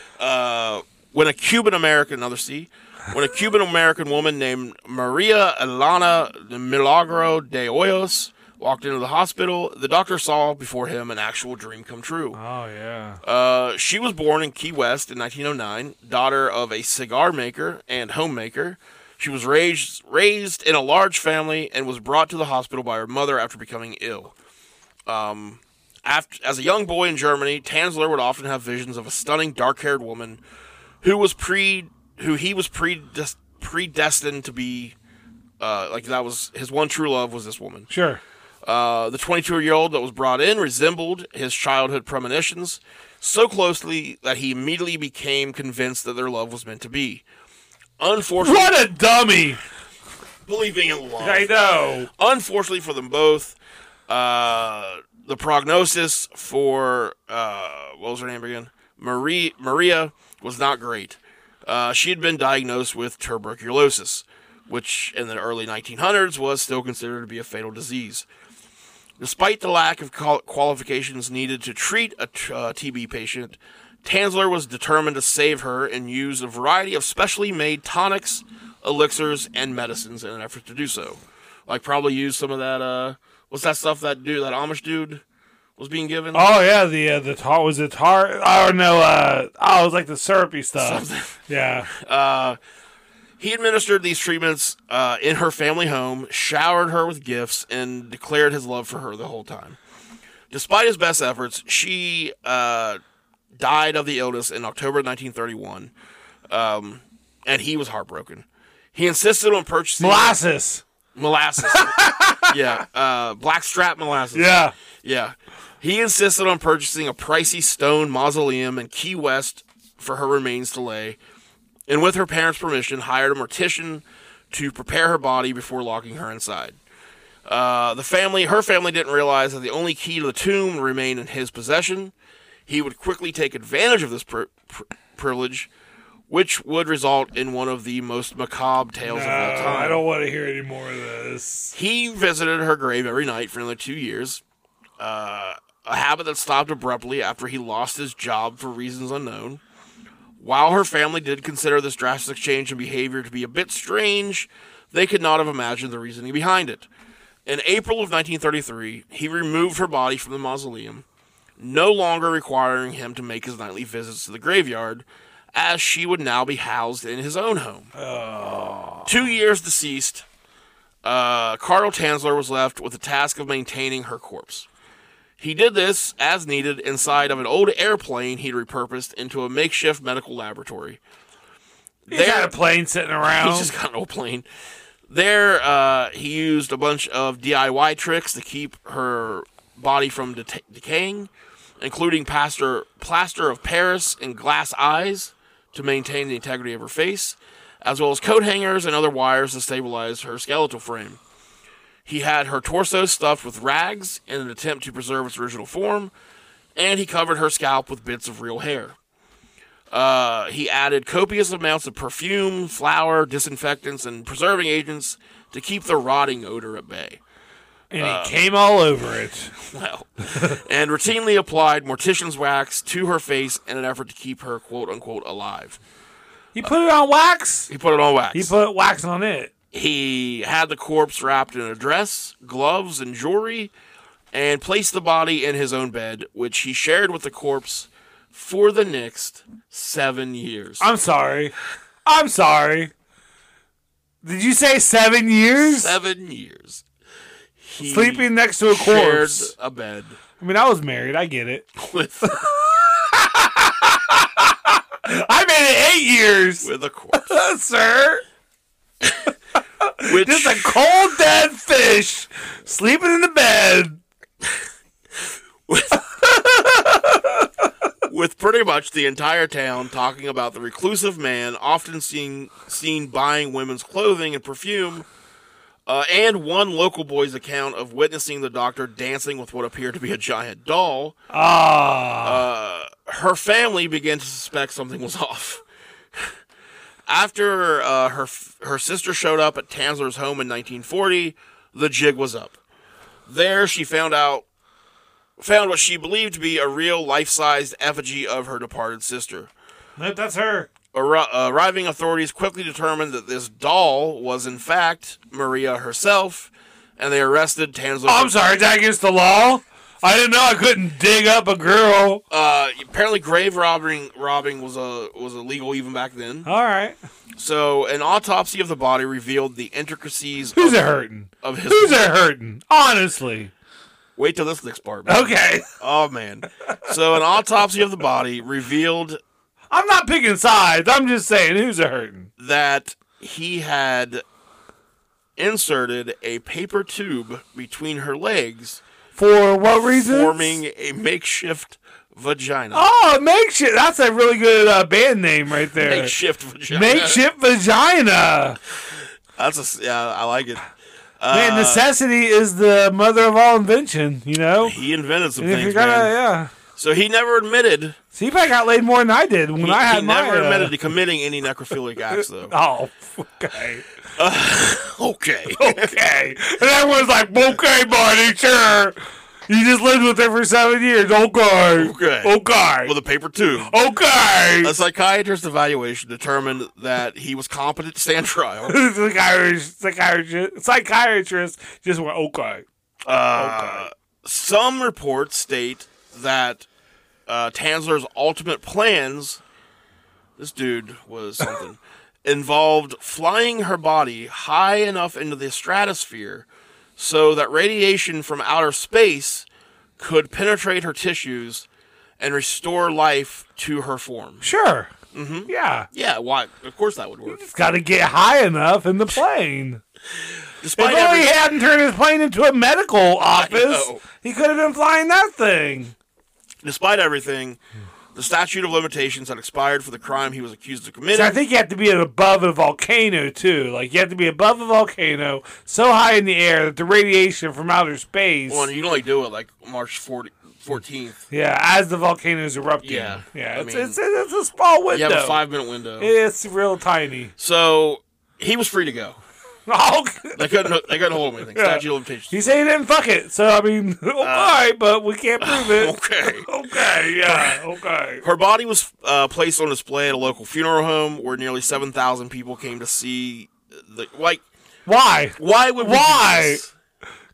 Speaker 3: when a Cuban American, another C, when a Cuban American woman named Maria Elena de Milagro de Hoyos walked into the hospital, the doctor saw before him an actual dream come true.
Speaker 4: Oh yeah.
Speaker 3: Uh, she was born in Key West in 1909, daughter of a cigar maker and homemaker. She was raised raised in a large family and was brought to the hospital by her mother after becoming ill. Um, after, as a young boy in Germany, Tanzler would often have visions of a stunning dark-haired woman who was pre who he was predest, predestined to be. Uh, like that was his one true love was this woman.
Speaker 4: Sure.
Speaker 3: Uh, the 22 year old that was brought in resembled his childhood premonitions so closely that he immediately became convinced that their love was meant to be. Unfortunately,
Speaker 4: What a dummy.
Speaker 3: believing in love.
Speaker 4: I know.
Speaker 3: Unfortunately for them both, uh, the prognosis for uh, what was her name again? Marie Maria was not great. Uh, she had been diagnosed with tuberculosis, which in the early 1900s was still considered to be a fatal disease. Despite the lack of qual- qualifications needed to treat a t- uh, TB patient, Tansler was determined to save her and used a variety of specially made tonics, elixirs, and medicines in an effort to do so. Like probably use some of that. Uh, what's that stuff that dude, that Amish dude, was being given?
Speaker 4: Oh yeah. The uh, the tar was it tar. I don't know. Uh, oh, it was like the syrupy stuff. Yeah.
Speaker 3: He administered these treatments uh, in her family home, showered her with gifts, and declared his love for her the whole time. Despite his best efforts, she uh, died of the illness in October 1931, um, and he was heartbroken. He insisted on purchasing
Speaker 4: Molasses.
Speaker 3: molasses. yeah, uh, blackstrap molasses.
Speaker 4: Yeah.
Speaker 3: Yeah. He insisted on purchasing a pricey stone mausoleum in Key West for her remains to lay, and with her parents' permission, hired a mortician to prepare her body before locking her inside. Uh, the family, her family, didn't realize that the only key to the tomb remained in his possession. He would quickly take advantage of this pri- pri- privilege, which would result in one of the most macabre tales of all time.
Speaker 4: Oh, I don't want to hear any more of this.
Speaker 3: He visited her grave every night for another two years, uh, a habit that stopped abruptly after he lost his job for reasons unknown. While her family did consider this drastic change in behavior to be a bit strange, they could not have imagined the reasoning behind it. In April of 1933, he removed her body from the mausoleum, no longer requiring him to make his nightly visits to the graveyard, as she would now be housed in his own home. Two years deceased, uh, Cardinal Tansler was left with the task of maintaining her corpse. He did this, as needed, inside of an old airplane he'd repurposed into a makeshift medical laboratory.
Speaker 4: They had a plane sitting around.
Speaker 3: He's just got an old plane. There, uh, he used a bunch of DIY tricks to keep her body from det decaying, including plaster, plaster of Paris and glass eyes to maintain the integrity of her face, as well as coat hangers and other wires to stabilize her skeletal frame. He had her torso stuffed with rags in an attempt to preserve its original form, and he covered her scalp with bits of real hair. Uh, he added copious amounts of perfume, flour, disinfectants, and preserving agents to keep the rotting odor at bay.
Speaker 4: and he came all over it.
Speaker 3: Well, and routinely applied mortician's wax to her face in an effort to keep her "quote unquote" alive.
Speaker 4: He put it on wax.
Speaker 3: He put it on wax.
Speaker 4: He put wax on it.
Speaker 3: He had the corpse wrapped in a dress, gloves, and jewelry, and placed the body in his own bed, which he shared with the corpse for the next seven years.
Speaker 4: I'm sorry. I'm sorry. Did you say seven years?
Speaker 3: seven years. He
Speaker 4: Sleeping next to a
Speaker 3: shared
Speaker 4: corpse.
Speaker 3: a bed.
Speaker 4: I mean, I was married. I get it.
Speaker 3: with
Speaker 4: I made it eight years,
Speaker 3: with a corpse.
Speaker 4: sir.
Speaker 3: Which
Speaker 4: Just a cold dead fish sleeping in the bed.
Speaker 3: with pretty much the entire town talking about the reclusive man often seen seen buying women's clothing and perfume. Uh, and one local boy's account of witnessing the doctor dancing with what appeared to be a giant doll,
Speaker 4: Ah,
Speaker 3: her family began to suspect something was off. After uh, her f- her sister showed up at Tansler's home in 1940, the jig was up. There, she found out found what she believed to be a real life sized effigy of her departed sister.
Speaker 4: nope, that's her.
Speaker 3: Arri- arriving authorities quickly determined that this doll was in fact Maria herself, and they arrested Tansler.
Speaker 4: Oh, I'm sorry, is that against the law? I didn't know I couldn't dig up a girl.
Speaker 3: uh, apparently, grave robbing robbing was a was illegal even back then.
Speaker 4: All right,
Speaker 3: So, an autopsy of the body revealed the intricacies
Speaker 4: who's
Speaker 3: of,
Speaker 4: it hurting?
Speaker 3: of his.
Speaker 4: Who's it hurting? Honestly,
Speaker 3: Wait till this next part. man.
Speaker 4: okay.
Speaker 3: Oh man! So, an autopsy of the body revealed
Speaker 4: I'm not picking sides. I'm just saying who's it hurting.
Speaker 3: that he had inserted a paper tube between her legs,
Speaker 4: For what reason?
Speaker 3: forming a makeshift vagina.
Speaker 4: Oh, makeshift. That's a really good uh, band name right there.
Speaker 3: Makeshift vagina.
Speaker 4: Makeshift vagina.
Speaker 3: That's a s- yeah. I like it. Uh,
Speaker 4: Man, necessity is the mother of all invention. You know.
Speaker 3: He invented some
Speaker 4: And if
Speaker 3: things,
Speaker 4: you're gonna,
Speaker 3: man.
Speaker 4: yeah.
Speaker 3: So he never admitted.
Speaker 4: See, if I got laid more than I did when
Speaker 3: He,
Speaker 4: I had
Speaker 3: he
Speaker 4: my.
Speaker 3: never
Speaker 4: uh,
Speaker 3: admitted to committing any necrophilic acts, though.
Speaker 4: Oh, okay.
Speaker 3: Okay.
Speaker 4: Okay. and everyone's like, okay, buddy, sure. You just lived with her for seven years. Okay.
Speaker 3: Okay.
Speaker 4: Okay.
Speaker 3: With a paper tube.
Speaker 4: okay.
Speaker 3: A psychiatrist's evaluation determined that he was competent to stand trial.
Speaker 4: psychiatrist, psychiatrist, psychiatrist just went, okay.
Speaker 3: Uh, Some reports state that uh, Tansler's ultimate plans, this dude was something, involved flying her body high enough into the stratosphere so that radiation from outer space could penetrate her tissues and restore life to her form.
Speaker 4: Sure. Yeah.
Speaker 3: Mm-hmm. Yeah, why? Of course that would work.
Speaker 4: It's got to get high enough in the plane. If
Speaker 3: Despite
Speaker 4: only
Speaker 3: every,
Speaker 4: he hadn't turned his plane into a medical office,
Speaker 3: know.
Speaker 4: he could have been flying that thing.
Speaker 3: despite everything, the statute of limitations had expired for the crime he was accused of
Speaker 4: So I
Speaker 3: committing.
Speaker 4: think you have to be above a volcano too. Like you have to be above a volcano so high in the air that the radiation from outer space.
Speaker 3: Well, you can only do it like March 40, 14th.
Speaker 4: Yeah, as the volcano's erupting.
Speaker 3: Yeah,
Speaker 4: yeah,
Speaker 3: I
Speaker 4: it's,
Speaker 3: mean-
Speaker 4: it's, it's a small
Speaker 3: You
Speaker 4: window.
Speaker 3: have a five minute window.
Speaker 4: It's real tiny.
Speaker 3: So he was free to go.
Speaker 4: Oh,
Speaker 3: They couldn't. They couldn't hold him. Anything. Statute of limitations.
Speaker 4: he said he didn't fuck it. So I mean, all right, but we can't prove it.
Speaker 3: Uh, Okay.
Speaker 4: Okay, yeah, okay.
Speaker 3: Her body was uh, placed on display at a local funeral home where nearly seven thousand people came to see the like.
Speaker 4: Why?
Speaker 3: Why would we do
Speaker 4: Why?
Speaker 3: this?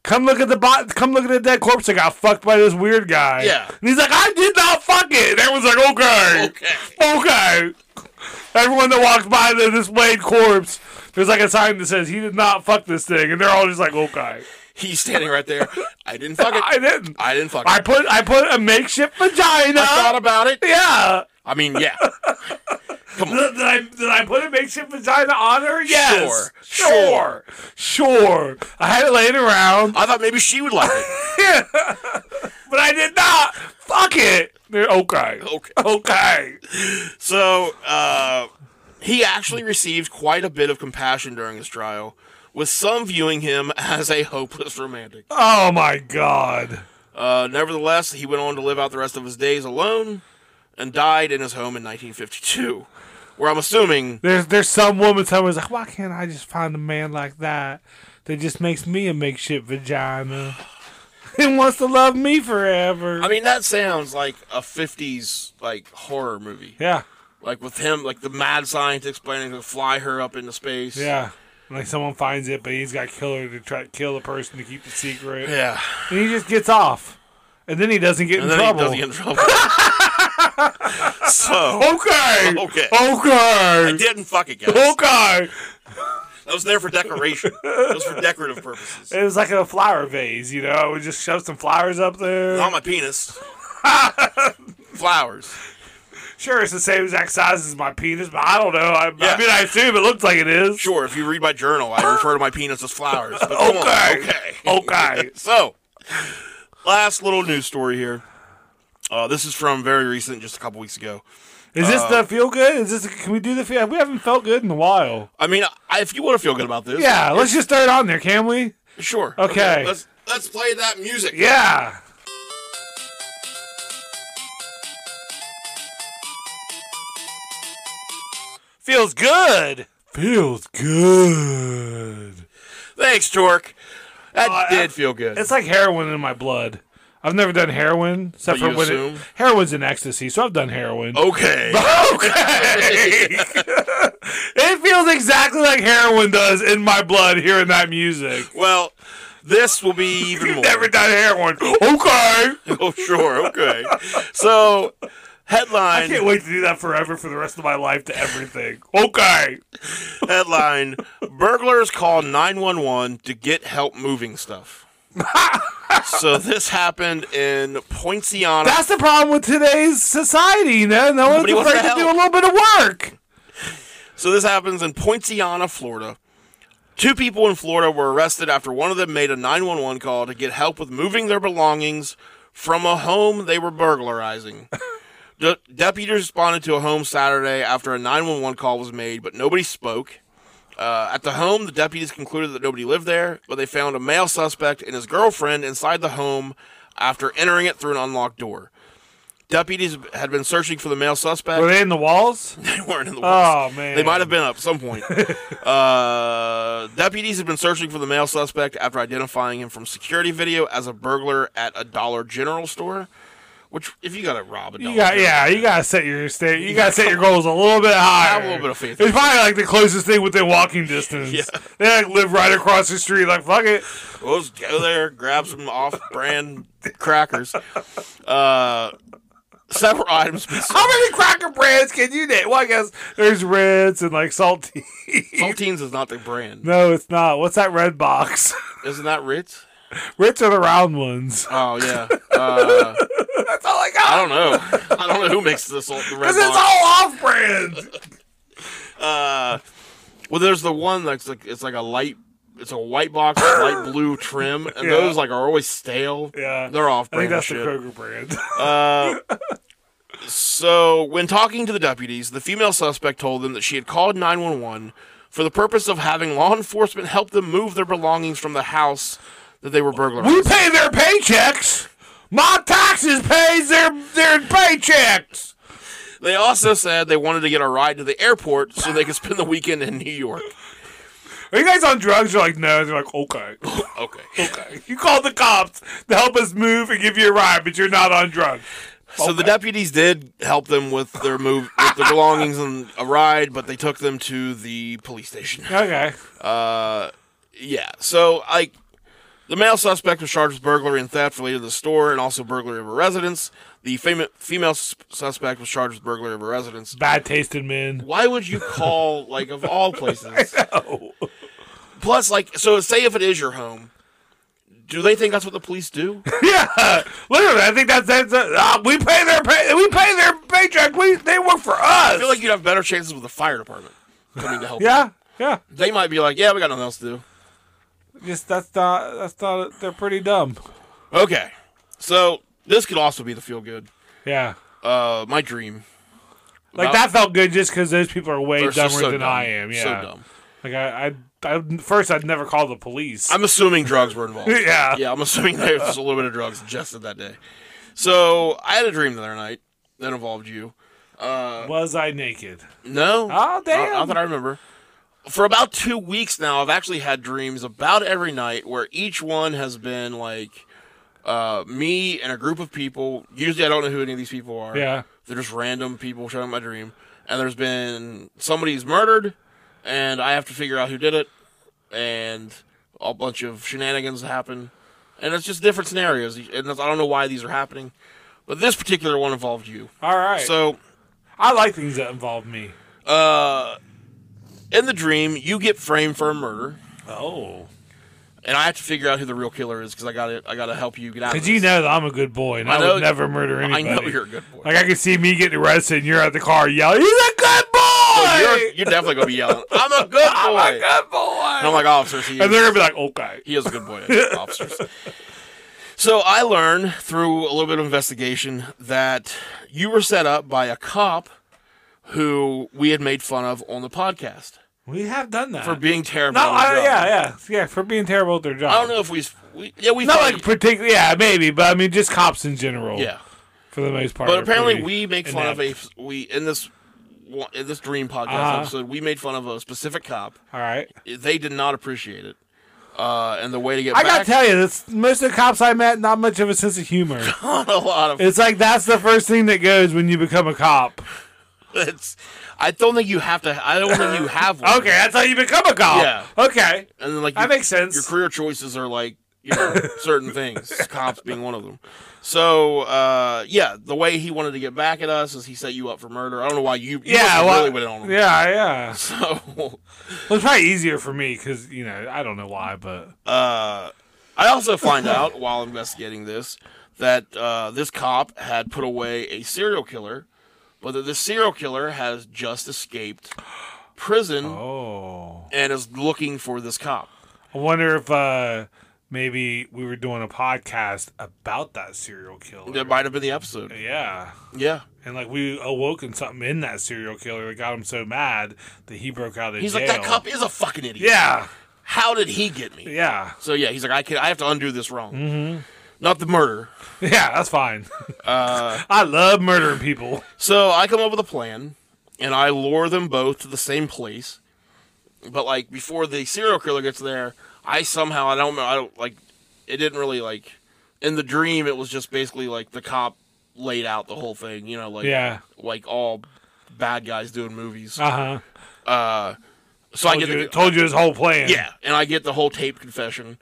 Speaker 4: Come look at the bot. Come look at the dead corpse that got fucked by this weird guy.
Speaker 3: Yeah.
Speaker 4: and he's like, I did not fuck it. And everyone's like, okay,
Speaker 3: Okay.
Speaker 4: okay. Everyone that walks by the displayed corpse, there's like a sign that says he did not fuck this thing, and they're all just like, okay,
Speaker 3: He's standing right there. I didn't fuck it.
Speaker 4: I didn't.
Speaker 3: I didn't fuck
Speaker 4: I
Speaker 3: it.
Speaker 4: put I put a makeshift vagina.
Speaker 3: I thought about it.
Speaker 4: yeah.
Speaker 3: I mean, yeah. Come on.
Speaker 4: Did did I, did I put a makeshift vagina on her? Yes.
Speaker 3: Sure.
Speaker 4: Sure. Sure. I had it laying around,
Speaker 3: I thought maybe she would like it.
Speaker 4: but I did not. Fuck it. They're okay.
Speaker 3: Okay.
Speaker 4: Okay.
Speaker 3: So uh, he actually received quite a bit of compassion during his trial, with some viewing him as a hopeless romantic.
Speaker 4: Oh my god.
Speaker 3: Uh, nevertheless, he went on to live out the rest of his days alone and died in his home in 1952, where I'm assuming
Speaker 4: There's there's some woman somewhere's like, why can't I just find a man like that that just makes me a makeshift vagina and wants to love me forever?
Speaker 3: I mean that sounds like a 50s like horror movie.
Speaker 4: yeah.
Speaker 3: Like with him like the mad scientist planning to fly her up into space.
Speaker 4: Yeah. Like someone finds it, but he's got killer to try to kill the person to keep the secret.
Speaker 3: Yeah.
Speaker 4: And he just gets off. And then he doesn't get
Speaker 3: And then
Speaker 4: in trouble.
Speaker 3: he does get in trouble. so
Speaker 4: okay.
Speaker 3: Okay. I
Speaker 4: Okay.
Speaker 3: didn't fuck it, guys. That
Speaker 4: Okay.
Speaker 3: was there for decoration. It was for decorative purposes.
Speaker 4: It was like a flower vase, you know. I would just shove some flowers up there.
Speaker 3: Not my penis. Flowers.
Speaker 4: sure, it's the same exact size as my penis, but I don't know. I,
Speaker 3: Yeah.
Speaker 4: I mean, I assume it looks like it is.
Speaker 3: Sure, if you read my journal, I refer to my penis as flowers. But come on,
Speaker 4: Okay.
Speaker 3: okay.
Speaker 4: Okay.
Speaker 3: So, last little news story here. Uh, this is from very recent, just a couple weeks ago.
Speaker 4: Is this
Speaker 3: Uh,
Speaker 4: the feel good? Is this? Can we do the feel? We haven't felt good in a while.
Speaker 3: I mean, I, if you want to feel good about this,
Speaker 4: Yeah, let's just throw it on there, can we?
Speaker 3: sure.
Speaker 4: Okay.
Speaker 3: let's let's play that music.
Speaker 4: Yeah.
Speaker 3: feels good.
Speaker 4: Feels good.
Speaker 3: Thanks, Torque. That
Speaker 4: I-
Speaker 3: did feel good.
Speaker 4: Uh, It's like heroin in my blood. I've never done heroin except
Speaker 3: But
Speaker 4: for
Speaker 3: you
Speaker 4: when it,
Speaker 3: assume?
Speaker 4: heroin's in ecstasy, so I've done heroin.
Speaker 3: okay.
Speaker 4: Okay. it feels exactly like heroin does in my blood hearing that music.
Speaker 3: well, this will be even more.
Speaker 4: You've never done heroin. Okay.
Speaker 3: oh, sure. Okay. So,
Speaker 4: I
Speaker 3: headline.
Speaker 4: can't wait to do that forever for the rest of my life to everything. Okay.
Speaker 3: Headline: Burglars call 911 to get help moving stuff. so this happened in Poinciana.
Speaker 4: That's the problem with today's society, you know? No one's
Speaker 3: Nobody wants
Speaker 4: afraid
Speaker 3: to
Speaker 4: to do a
Speaker 3: help.
Speaker 4: little bit of work.
Speaker 3: so this happens in Poinciana, Florida. Two people in Florida were arrested after one of them made a 911 call to get help with moving their belongings from a home they were burglarizing. De- deputies responded to a home Saturday after a 911 call was made, but nobody spoke. Uh, at the home, the deputies concluded that nobody lived there, but they found a male suspect and his girlfriend inside the home after entering it through an unlocked door. Deputies had been searching for the male suspect.
Speaker 4: Were they in the walls?
Speaker 3: They weren't in the
Speaker 4: Oh,
Speaker 3: walls.
Speaker 4: man.
Speaker 3: They might have been up at some point. uh, deputies have been searching for the male suspect after identifying him from security video as a burglar at a Dollar General store. Which, if you gotta rob a Dollar,
Speaker 4: You got
Speaker 3: General-
Speaker 4: yeah, you gotta set your state you gotta set your goals a little bit higher.
Speaker 3: a little bit of faith.
Speaker 4: It's probably like the closest thing within walking distance.
Speaker 3: Yeah.
Speaker 4: They like live right across the street, like fuck it.
Speaker 3: Well, let's go there, grab some off-brand crackers. Uh, several items. been
Speaker 4: How many cracker brands can you name? Well, I guess there's Reds and like salty.
Speaker 3: Saltines is not the brand.
Speaker 4: no, it's not. What's that red box?
Speaker 3: Isn't that Ritz?
Speaker 4: Ritz are the round ones.
Speaker 3: Oh yeah. Uh,
Speaker 4: That's all I
Speaker 3: I
Speaker 4: got.
Speaker 3: don't know. I don't know who makes this. The red
Speaker 4: Because it's
Speaker 3: box.
Speaker 4: all off brand.
Speaker 3: Well, there's the one that's like it's like a light it's a white box, light blue trim, and
Speaker 4: Yeah.
Speaker 3: those like are always stale.
Speaker 4: Yeah.
Speaker 3: they're off
Speaker 4: I think
Speaker 3: brand
Speaker 4: that's
Speaker 3: shit. Uh,
Speaker 4: the Kroger brand.
Speaker 3: So, when talking to the deputies, the female suspect told them that she had called 911 for the purpose of having law enforcement help them move their belongings from the house that they were burglarizing.
Speaker 4: we pay their paychecks. My taxes pays their their paychecks.
Speaker 3: They also said they wanted to get a ride to the airport so they could spend the weekend in New York.
Speaker 4: Are you guys on drugs? You're like, no. They're like, okay.
Speaker 3: Okay.
Speaker 4: You called the cops to help us move and give you a ride, but you're not on drugs.
Speaker 3: So the deputies did help them with their move, with their belongings and a ride, but they took them to the police station.
Speaker 4: Okay.
Speaker 3: Yeah. So like the male suspect was charged with burglary and theft related to the store and also burglary of a residence. The fam- female sus- suspect was charged with burglary of a residence.
Speaker 4: Bad tasting men.
Speaker 3: Why would you call like of all places? Plus like so say if it is your home, do they think that's what the police do?
Speaker 4: yeah. Literally, I think that's that's uh, ah, we pay their pay we pay their paycheck. We they work for us.
Speaker 3: I feel like you'd have better chances with the fire department coming to help.
Speaker 4: yeah. Yeah.
Speaker 3: you. They might be like, "Yeah, we got nothing else to do."
Speaker 4: Just that's not that's not they're pretty dumb.
Speaker 3: Okay. So, this could also be the feel good.
Speaker 4: Yeah.
Speaker 3: Uh my dream.
Speaker 4: Like
Speaker 3: About-
Speaker 4: that felt good just because those people are way
Speaker 3: They're
Speaker 4: dumber
Speaker 3: so- so
Speaker 4: than
Speaker 3: dumb.
Speaker 4: I am. Yeah.
Speaker 3: So dumb.
Speaker 4: Like I, I, I first I'd never call the police.
Speaker 3: I'm assuming drugs were involved.
Speaker 4: Yeah.
Speaker 3: Yeah, I'm assuming there was a little bit of drugs ingested that day. So I had a dream the other night that involved you.
Speaker 4: Was I naked?
Speaker 3: No.
Speaker 4: Oh, damn.
Speaker 3: Not, not that I remember. For about two weeks now, I've actually had dreams about every night where each one has been like uh, me and a group of people. Usually, I don't know who any of these people are.
Speaker 4: Yeah.
Speaker 3: They're just random people showing up in my dream. And there's been somebody's murdered, and I have to figure out who did it, and a bunch of shenanigans happen. And it's just different scenarios. And that's- I don't know why these are happening. But this particular one involved you.
Speaker 4: All right.
Speaker 3: So
Speaker 4: I like things that involve me.
Speaker 3: in the dream, you get framed for a murder,
Speaker 4: Oh.
Speaker 3: and I have to figure out who the real killer is because I got to I got to help you get out. of
Speaker 4: Cause you
Speaker 3: this.
Speaker 4: know that I'm a good boy and I,
Speaker 3: I know-
Speaker 4: would never murder
Speaker 3: I
Speaker 4: anybody.
Speaker 3: know you're a good boy.
Speaker 4: Like I could see me getting arrested and you're at the car yelling, "He's a good boy!
Speaker 3: you're, you're definitely gonna be yelling. I'm a good boy.
Speaker 4: I'm a good boy!"
Speaker 3: And I'm like officers. He
Speaker 4: and
Speaker 3: is,
Speaker 4: they're gonna be like, "Okay."
Speaker 3: he is a good boy, officers. So I learned through a little bit of investigation that you were set up by a cop who we had made fun of on the podcast
Speaker 4: We have done that.
Speaker 3: for being terrible.
Speaker 4: no,
Speaker 3: at their
Speaker 4: I,
Speaker 3: job.
Speaker 4: yeah, yeah, yeah, for being terrible at their job.
Speaker 3: I don't know if we, we yeah we
Speaker 4: Not
Speaker 3: thought-
Speaker 4: like particularly, yeah, maybe, but I mean just cops in general.
Speaker 3: yeah.
Speaker 4: for the most part.
Speaker 3: But
Speaker 4: are
Speaker 3: apparently,
Speaker 4: pretty
Speaker 3: we make fun of a
Speaker 4: inept.
Speaker 3: we in this one- in this dream podcast
Speaker 4: Uh-huh.
Speaker 3: episode. We made fun of a specific cop.
Speaker 4: All right,
Speaker 3: They did not appreciate it, uh, and the way to get
Speaker 4: I gotta
Speaker 3: back
Speaker 4: tell you, this, most of the cops I met not much of a sense of humor.
Speaker 3: on a lot of
Speaker 4: it's like that's the first thing that goes when you become a cop.
Speaker 3: it's. I don't think you have to. I don't think you have one.
Speaker 4: Okay, that's how you become a cop.
Speaker 3: Yeah.
Speaker 4: Okay.
Speaker 3: and then, like
Speaker 4: That
Speaker 3: your-
Speaker 4: makes sense.
Speaker 3: Your career choices are like you know certain things, cops being one of them. So uh, yeah, the way he wanted to get back at us is he set you up for murder. I don't know why you, you must
Speaker 4: Yeah.
Speaker 3: have
Speaker 4: Well,
Speaker 3: really went in on him.
Speaker 4: yeah. Yeah.
Speaker 3: So
Speaker 4: Well, it's probably easier for me because you know I don't know why, but
Speaker 3: I also find out while investigating this that uh, this cop had put away a serial killer, but that the serial killer has just escaped prison
Speaker 4: oh,
Speaker 3: and is looking for this cop.
Speaker 4: I wonder if uh maybe we were doing a podcast about that serial killer.
Speaker 3: That might have been the episode.
Speaker 4: yeah.
Speaker 3: Yeah,
Speaker 4: And like we awoken something in that serial killer that got him so mad that he broke out of
Speaker 3: he's
Speaker 4: jail.
Speaker 3: like that cop is a fucking idiot.
Speaker 4: Yeah,
Speaker 3: how did he get me?
Speaker 4: yeah,
Speaker 3: So yeah, he's like I can I have to undo this wrong.
Speaker 4: Mm-hmm.
Speaker 3: Not the murder.
Speaker 4: yeah. That's fine.
Speaker 3: Uh,
Speaker 4: I love murdering people.
Speaker 3: So I come up with a plan, and I lure them both to the same place. But like before the serial killer gets there, I somehow I don't know I don't like it didn't really like in the dream it was just basically like the cop laid out the whole thing you know like
Speaker 4: Yeah.
Speaker 3: like all bad guys doing movies
Speaker 4: Uh huh.
Speaker 3: so I
Speaker 4: Told,
Speaker 3: get
Speaker 4: you-
Speaker 3: the,
Speaker 4: told you his whole plan.
Speaker 3: yeah and I get the whole tape confession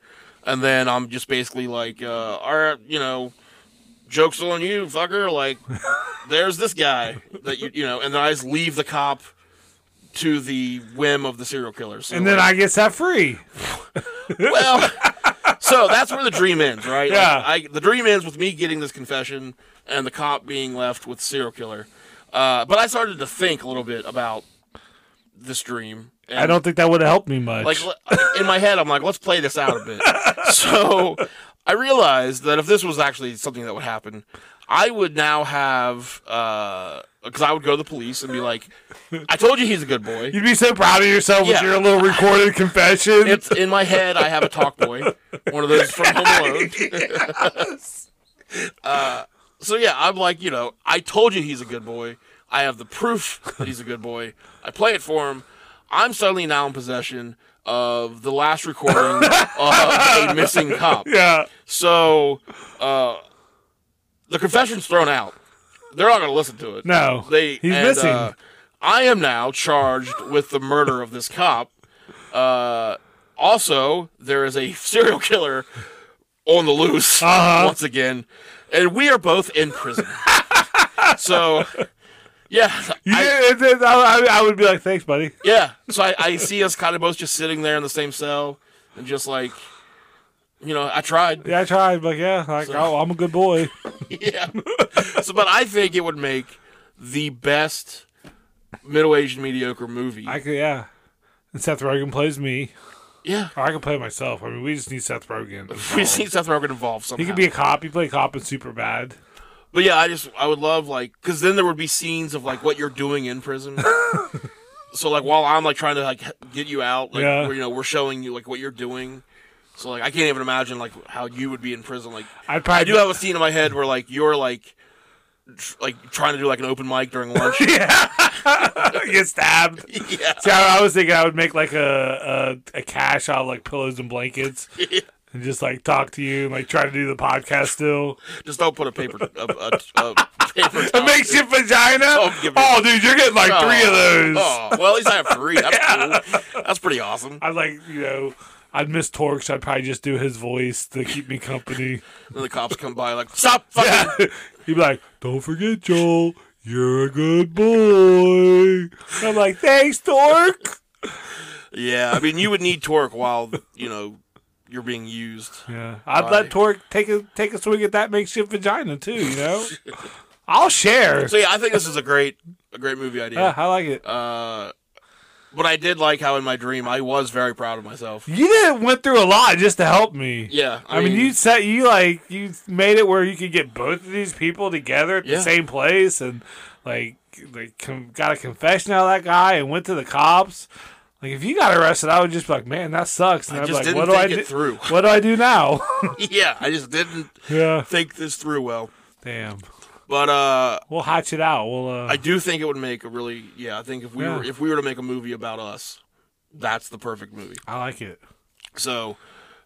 Speaker 3: and then I'm just basically like uh all right you know jokes on you fucker like there's this guy that you you know, and then I just leave the cop to the whim of the serial killer. So,
Speaker 4: And then I get set free.
Speaker 3: well, so that's where the dream ends, right? Like,
Speaker 4: Yeah.
Speaker 3: I, the dream ends with me getting this confession and the cop being left with serial killer. Uh, but I started to think a little bit about this dream. And,
Speaker 4: I don't think that would have helped me much.
Speaker 3: like in my head. I'm like, let's play this out a bit. so I realized that if this was actually something that would happen, I would now have because I would go to the police and be like, I told you he's a good boy.
Speaker 4: You'd be so proud of yourself with
Speaker 3: Yeah.
Speaker 4: your little recorded confession.
Speaker 3: It's in my head. I have a talk boy, one of those from Home Alone. Uh, so yeah, I'm like, you know, I told you he's a good boy. I have the proof that he's a good boy. I play it for him. I'm suddenly now in possession of the last recording of a missing cop.
Speaker 4: yeah.
Speaker 3: So uh, the confession's thrown out. They're not going to listen to it.
Speaker 4: No.
Speaker 3: They
Speaker 4: He's
Speaker 3: and,
Speaker 4: missing.
Speaker 3: uh, I am now charged with the murder of this cop. Uh, also, there is a serial killer on the loose
Speaker 4: Uh-huh.
Speaker 3: once again, and we are both in prison. so, yeah, I-
Speaker 4: yeah, it- it- I, I- I would be like, thanks, buddy.
Speaker 3: yeah. So I, I see us kind of both just sitting there in the same cell and just like, you know, I tried.
Speaker 4: Yeah, I tried, but yeah, like, oh, I'm a good boy.
Speaker 3: yeah. So, but I think it would make the best middle-aged mediocre movie.
Speaker 4: I could, yeah. And Seth Rogen plays me.
Speaker 3: yeah,
Speaker 4: Or I can play myself. I mean, we just need Seth Rogen.
Speaker 3: we see Seth Rogen involved somehow.
Speaker 4: He could be a cop. He played cop in super bad.
Speaker 3: but yeah, I just I would love like because then there would be scenes of like what you're doing in prison. so like while I'm like trying to like get you out, like
Speaker 4: Yeah.
Speaker 3: where, you know we're showing you like what you're doing. So like I can't even imagine like how you would be in prison. Like
Speaker 4: I'd
Speaker 3: I
Speaker 4: probably
Speaker 3: do have a scene in my head where like you're like tr- like trying to do like an open mic during lunch.
Speaker 4: get stabbed.
Speaker 3: yeah.
Speaker 4: See, I, I was thinking I would make like a a, a cash out of like pillows and blankets, and just like talk to you, and, like try to do the podcast still.
Speaker 3: Just don't put a paper a, a, a paper
Speaker 4: A
Speaker 3: towel.
Speaker 4: makeshift vagina.
Speaker 3: Oh,
Speaker 4: Oh,
Speaker 3: give me-
Speaker 4: dude, you're getting like three of those.
Speaker 3: Oh, well, at least I have three. That's cool. That's pretty awesome.
Speaker 4: I'd like you know. I'd miss Torx. I'd probably just do his voice to keep me company.
Speaker 3: Then the cops come by like, stop fucking.
Speaker 4: He'd be like, "Don't forget, Joel, you're a good boy." I'm like, "Thanks, Torque."
Speaker 3: Yeah, I mean, you would need torque while, you know, you're being used.
Speaker 4: Yeah, I'd
Speaker 3: Why?
Speaker 4: let Torque take a take a swing at that makeshift vagina too. You know, I'll share.
Speaker 3: So, yeah, I think this is a great, a great movie
Speaker 4: Yeah,
Speaker 3: idea.
Speaker 4: I like it.
Speaker 3: Uh, but I did like how in my dream I was very proud of myself.
Speaker 4: you did went through a lot just to help me.
Speaker 3: Yeah,
Speaker 4: I, mean, you set you like you made it where you could get both of these people together at
Speaker 3: Yeah.
Speaker 4: the same place, and like like com- got a confession out of that guy, and went to the cops. Like if you got arrested, I would just be like, man, that sucks. And
Speaker 3: I
Speaker 4: I'd be
Speaker 3: just
Speaker 4: like,
Speaker 3: didn't
Speaker 4: what do
Speaker 3: think
Speaker 4: I
Speaker 3: it
Speaker 4: do?
Speaker 3: through.
Speaker 4: What do I do now?
Speaker 3: yeah, I just didn't
Speaker 4: yeah,
Speaker 3: think this through well.
Speaker 4: damn.
Speaker 3: But uh,
Speaker 4: We'll hatch it out. We'll. Uh,
Speaker 3: I do think it would make a really, yeah, I think if we
Speaker 4: Yeah.
Speaker 3: were, if we were to make a movie about us, that's the perfect movie.
Speaker 4: I like it.
Speaker 3: So,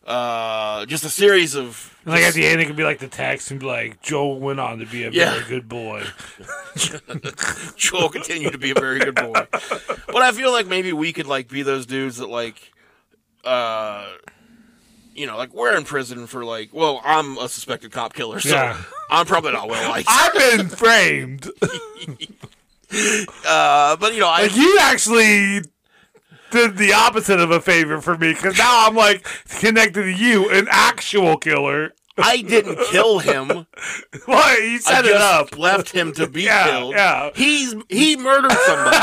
Speaker 3: uh, just a series of
Speaker 4: And like at the end, it could be like the text and be like, Joel went on to be a
Speaker 3: Yeah.
Speaker 4: very good boy.
Speaker 3: Joel continue to be a very good boy. But I feel like maybe we could like be those dudes that like, uh, you know, like we're in prison for like, well, I'm a suspected cop killer, so
Speaker 4: Yeah.
Speaker 3: I'm probably not well liked.
Speaker 4: I've been framed.
Speaker 3: Uh, but you know, I
Speaker 4: Like you actually did the opposite of a favor for me because now I'm like connected to you, an actual killer.
Speaker 3: I didn't kill him.
Speaker 4: What you set
Speaker 3: I
Speaker 4: it
Speaker 3: just
Speaker 4: up?
Speaker 3: Left him to be
Speaker 4: Yeah,
Speaker 3: killed.
Speaker 4: yeah.
Speaker 3: He's he murdered somebody.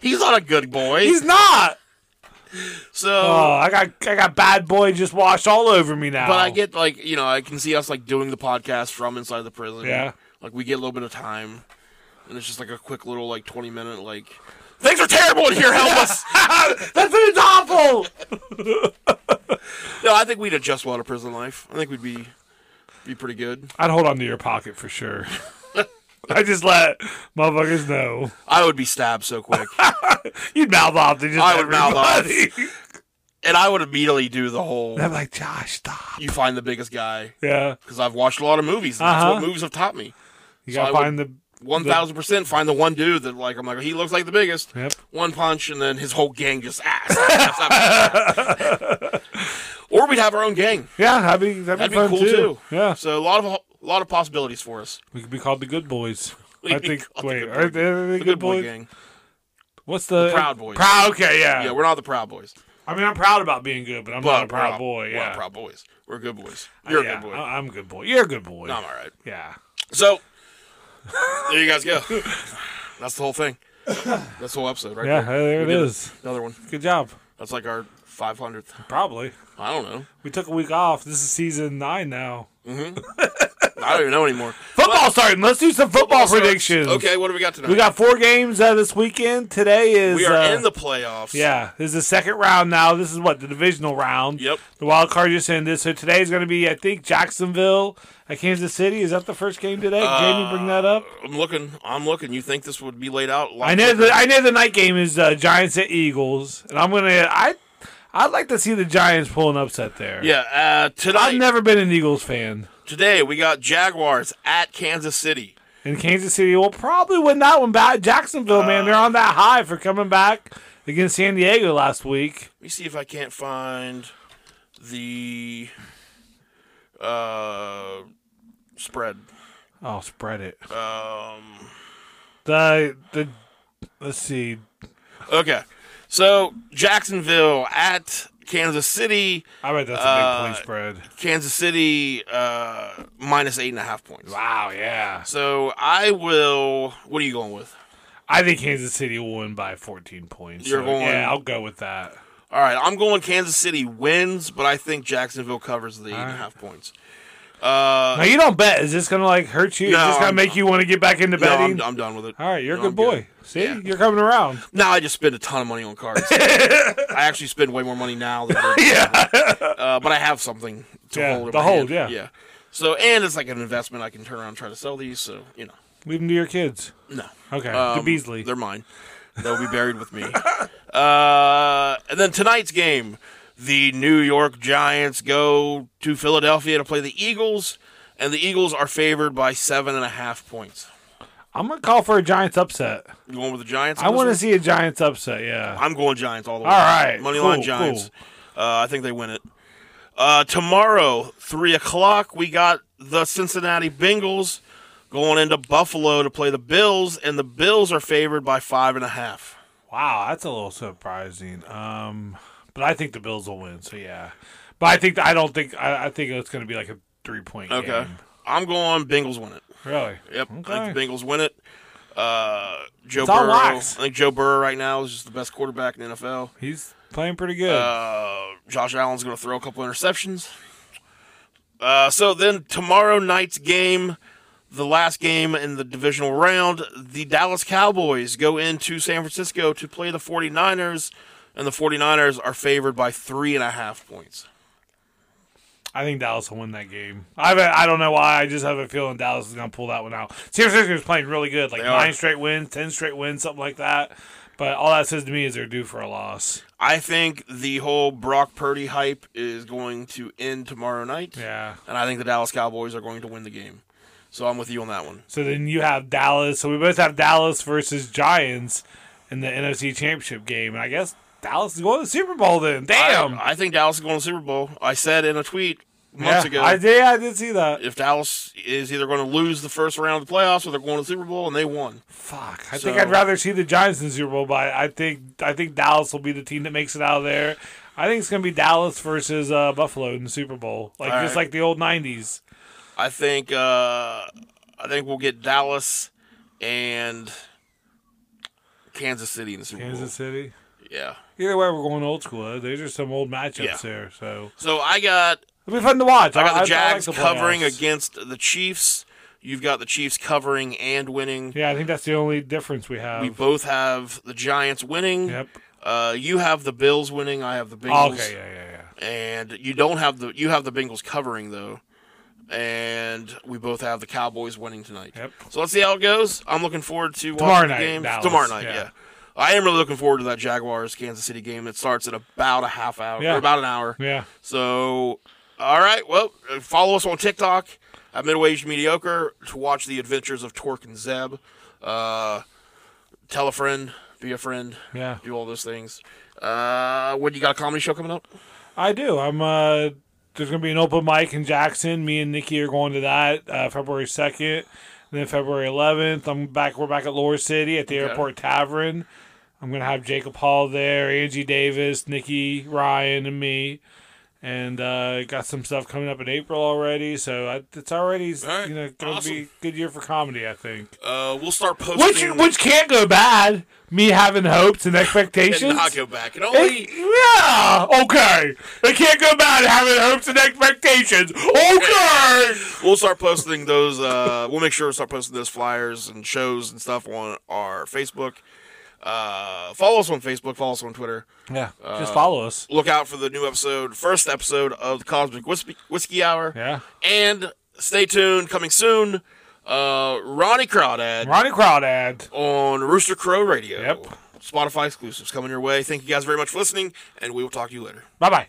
Speaker 3: He's not a good boy.
Speaker 4: He's not.
Speaker 3: so.
Speaker 4: Oh, I got I got bad boy just washed all over me now.
Speaker 3: But I get like you know I can see us like doing the podcast from inside the prison.
Speaker 4: Yeah.
Speaker 3: like we get a little bit of time, and it's just like a quick little like twenty minute like things are terrible in here. Help us!
Speaker 4: that food's awful.
Speaker 3: No, I think we'd adjust well to prison life. I think we'd be be pretty good.
Speaker 4: I'd hold on to your pocket for sure. I just let motherfuckers know.
Speaker 3: I would be stabbed so quick,
Speaker 4: You'd mouth off to just
Speaker 3: I would mouth off.
Speaker 4: everybody.
Speaker 3: and I would immediately do the whole
Speaker 4: I'm like, Josh, stop.
Speaker 3: you find the biggest guy
Speaker 4: Yeah.
Speaker 3: because I've watched a lot of movies. And That's
Speaker 4: Uh-huh.
Speaker 3: what movies have taught me.
Speaker 4: You
Speaker 3: So I
Speaker 4: gotta
Speaker 3: would-
Speaker 4: find the
Speaker 3: One thousand percent find the one dude that like I'm like he looks like the biggest.
Speaker 4: Yep.
Speaker 3: One punch and then his whole gang just ass. ass, ass, ass. or we'd have our own gang.
Speaker 4: Yeah, that'd be that'd,
Speaker 3: That'd
Speaker 4: be
Speaker 3: be
Speaker 4: fun
Speaker 3: cool
Speaker 4: too.
Speaker 3: too.
Speaker 4: Yeah.
Speaker 3: So a lot of a lot of possibilities for us.
Speaker 4: We could be called the Good Boys.
Speaker 3: We'd
Speaker 4: I
Speaker 3: be
Speaker 4: think.
Speaker 3: called the
Speaker 4: Wait,
Speaker 3: Good
Speaker 4: are
Speaker 3: Boys.
Speaker 4: they are they the
Speaker 3: The
Speaker 4: Good Boys?
Speaker 3: gang.
Speaker 4: What's the,
Speaker 3: Proud Boys.
Speaker 4: Proud. Okay, yeah.
Speaker 3: Yeah, we're not the Proud Boys.
Speaker 4: I mean, I'm proud about being good, but I'm
Speaker 3: But
Speaker 4: not a proud
Speaker 3: we're
Speaker 4: boy.
Speaker 3: We're
Speaker 4: Yeah. Uh,
Speaker 3: not proud boys. We're good boys. You're
Speaker 4: Yeah,
Speaker 3: a good boy.
Speaker 4: I- I'm a good boy. You're a good boy.
Speaker 3: No, I'm all right.
Speaker 4: Yeah.
Speaker 3: So there you guys go. That's the whole thing. That's the whole episode, right?
Speaker 4: Yeah,
Speaker 3: there.
Speaker 4: there
Speaker 3: We
Speaker 4: it
Speaker 3: did
Speaker 4: is.
Speaker 3: Another one.
Speaker 4: Good job.
Speaker 3: That's like our 500th.
Speaker 4: Probably.
Speaker 3: I don't know.
Speaker 4: We took a week off. This is season nine now.
Speaker 3: I don't even know anymore.
Speaker 4: Football starting. Let's do some football,
Speaker 3: Starts.
Speaker 4: predictions.
Speaker 3: Okay, what do we got tonight?
Speaker 4: We got four games uh, this weekend. Today is
Speaker 3: We are
Speaker 4: uh,
Speaker 3: in the playoffs.
Speaker 4: yeah. This is the second round now. This is what the divisional round.
Speaker 3: Yep.
Speaker 4: The wild card just ended. So today is going to be I think Jacksonville at Kansas City. Is that the first game today? Jamie, bring that up.
Speaker 3: I'm looking. I'm looking. You think this would be laid out?
Speaker 4: I know the I know the night game is uh, Giants at Eagles, and I'm gonna I I'd like to see the Giants pull an upset there.
Speaker 3: Yeah. Uh,
Speaker 4: I've
Speaker 3: tonight,
Speaker 4: never been an Eagles fan,
Speaker 3: today, we got Jaguars at Kansas City.
Speaker 4: and Kansas City will probably win that one. Back Jacksonville, man,
Speaker 3: Uh.
Speaker 4: they're on that high for coming back against San Diego last week.
Speaker 3: Let me see if I can't find the uh, spread.
Speaker 4: Oh, spread it.
Speaker 3: Um,
Speaker 4: The the let's see.
Speaker 3: okay. So Jacksonville at Kansas City.
Speaker 4: I bet that's a big
Speaker 3: Uh,
Speaker 4: point spread.
Speaker 3: Kansas City uh, minus eight and a half points.
Speaker 4: Wow, yeah.
Speaker 3: So I will. What are you going with?
Speaker 4: I think Kansas City will win by 14 points.
Speaker 3: You're
Speaker 4: so,
Speaker 3: going-
Speaker 4: yeah, I'll go with that.
Speaker 3: All right, I'm going Kansas City wins, but I think Jacksonville covers the eight and a half points.
Speaker 4: Now you don't bet. Is this gonna like hurt you?
Speaker 3: Uh, No,
Speaker 4: Is this gonna
Speaker 3: I'm-
Speaker 4: make you want to get back into
Speaker 3: No,
Speaker 4: betting?
Speaker 3: I'm, I'm done with it.
Speaker 4: All right, you're a
Speaker 3: No,
Speaker 4: good
Speaker 3: I'm
Speaker 4: boy. See, you're coming around.
Speaker 3: Now I just spend a ton of money on cards. I actually spend way more money now than I did.
Speaker 4: Yeah.
Speaker 3: Uh, but I have something to
Speaker 4: Yeah,
Speaker 3: hold. in
Speaker 4: the
Speaker 3: my
Speaker 4: hold, yeah.
Speaker 3: hand. yeah. So and it's like an investment. I can turn around and try to sell these. So you know,
Speaker 4: Leave them to your kids.
Speaker 3: no.
Speaker 4: Okay, to
Speaker 3: Um,
Speaker 4: Beasley.
Speaker 3: They're mine. They'll be buried with me. Uh, and then tonight's game, the New York Giants go to Philadelphia to play the Eagles, and the Eagles are favored by seven and a half points.
Speaker 4: I'm gonna call for a Giants upset.
Speaker 3: You going with the Giants? on
Speaker 4: I
Speaker 3: this
Speaker 4: want to
Speaker 3: one?
Speaker 4: see a Giants upset. Yeah.
Speaker 3: I'm going Giants all the way.
Speaker 4: All right,
Speaker 3: money
Speaker 4: cool,
Speaker 3: line Giants. Uh, I think they win it. Uh, tomorrow, three o'clock, we got the Cincinnati Bengals going into Buffalo to play the Bills, and the Bills are favored by five and a half.
Speaker 4: Wow, that's a little surprising. Um, but I think the Bills will win. So yeah, but I think I don't think I, I think it's gonna be like a three point
Speaker 3: Okay,
Speaker 4: game.
Speaker 3: I'm going Bengals win it.
Speaker 4: Really?
Speaker 3: Yep, I
Speaker 4: Okay.
Speaker 3: think the Bengals win it. Uh, Joe
Speaker 4: all
Speaker 3: Burrow. I
Speaker 4: locks.
Speaker 3: think Joe Burrow right now is just the best quarterback in the NFL.
Speaker 4: He's playing pretty good.
Speaker 3: Uh, Josh Allen's going to throw a couple interceptions. Uh, so then tomorrow night's game, the last game in the divisional round, the Dallas Cowboys go into San Francisco to play the 49ers, and the 49ers are favored by three and a half points.
Speaker 4: I think Dallas will win that game. I have a, I don't know why. I just have a feeling Dallas is going to pull that one out. San Francisco's playing really good, like
Speaker 3: They are.
Speaker 4: nine straight wins, ten straight wins, something like that. But all that says to me is they're due for a loss.
Speaker 3: I think the whole Brock Purdy hype is going to end tomorrow night,
Speaker 4: Yeah.
Speaker 3: and I think the Dallas Cowboys are going to win the game. So I'm with you on that one.
Speaker 4: So then you have Dallas. So we both have Dallas versus Giants in the NFC Championship game, and I guess Dallas is going to the Super Bowl. Then damn.
Speaker 3: I, uh, I think Dallas is going to the Super Bowl. I said in a tweet months
Speaker 4: yeah,
Speaker 3: ago.
Speaker 4: I did. I did see that.
Speaker 3: if Dallas is either going to lose the first round of the playoffs or they're going to the Super Bowl and they won.
Speaker 4: Fuck. I think
Speaker 3: So-
Speaker 4: I'd rather see the Giants in the Super Bowl, but I think I think Dallas will be the team that makes it out of there. I think it's gonna be Dallas versus uh, Buffalo in the Super Bowl, like
Speaker 3: All
Speaker 4: just
Speaker 3: right.
Speaker 4: like the old '90s.
Speaker 3: I think uh, I think we'll get Dallas and Kansas City in the Super
Speaker 4: Kansas City.
Speaker 3: Bowl. Yeah.
Speaker 4: Either way, we're going old school. Huh? Those are some old matchups
Speaker 3: Yeah.
Speaker 4: there, so
Speaker 3: So I got
Speaker 4: it'll be fun to watch.
Speaker 3: I got the
Speaker 4: I like
Speaker 3: Jags
Speaker 4: the playoffs.
Speaker 3: covering against the Chiefs. You've got the Chiefs covering and winning.
Speaker 4: Yeah, I think that's the only difference we have.
Speaker 3: We both have the Giants winning.
Speaker 4: yep.
Speaker 3: Uh, you have the Bills winning. I have the Bengals.
Speaker 4: Oh, Okay. Yeah. Yeah. Yeah.
Speaker 3: and you don't have the you have the Bengals covering though, and we both have the Cowboys winning tonight.
Speaker 4: Yep.
Speaker 3: So let's see how it goes. I'm looking forward to watching
Speaker 4: Tomorrow
Speaker 3: the
Speaker 4: night,
Speaker 3: games
Speaker 4: Dallas,
Speaker 3: tomorrow night.
Speaker 4: yeah.
Speaker 3: Yeah. I am really looking forward to that Jaguars Kansas City game that starts in about a half hour
Speaker 4: Yeah.
Speaker 3: or about an hour.
Speaker 4: Yeah.
Speaker 3: So, all right. Well, uh, follow us on TikTok at Middle Aged Mediocre to watch the adventures of Torque and Zeb. Uh, tell a friend, be a friend,
Speaker 4: Yeah.
Speaker 3: do all those things. Uh, when you got a comedy show coming up?
Speaker 4: I do. I'm uh there's gonna be an open mic in Jackson. Me and Nikki are going to that uh, February second. Then February eleventh, I'm back we're back at Lower City at the airport tavern. I'm gonna have Jacob Hall there, Angie Davis, Nikki, Ryan, and me. and uh, got some stuff coming up in April already. So I, it's already
Speaker 3: right,
Speaker 4: you know going to
Speaker 3: awesome.
Speaker 4: be a good year for comedy, I think.
Speaker 3: Uh, we'll start posting.
Speaker 4: Which which can't go bad. Me having hopes and expectations.
Speaker 3: and not go back. It
Speaker 4: It-
Speaker 3: only
Speaker 4: yeah, okay. It can't go bad having hopes and expectations. Okay.
Speaker 3: we'll start posting those. Uh, we'll make sure we start posting those flyers and shows and stuff on our Facebook. Uh, follow us on Facebook. Follow us on Twitter.
Speaker 4: Yeah, just follow us.
Speaker 3: Look out for the new episode, first episode of the Cosmic Whiskey, Whiskey Hour.
Speaker 4: Yeah.
Speaker 3: And stay tuned. Coming soon, uh, Ronnie Crawdad
Speaker 4: Ronnie Crawdad.
Speaker 3: on Rooster Crow Radio.
Speaker 4: Yep.
Speaker 3: Spotify exclusives coming your way. Thank you guys very much for listening, and we will talk to you later.
Speaker 4: Bye bye.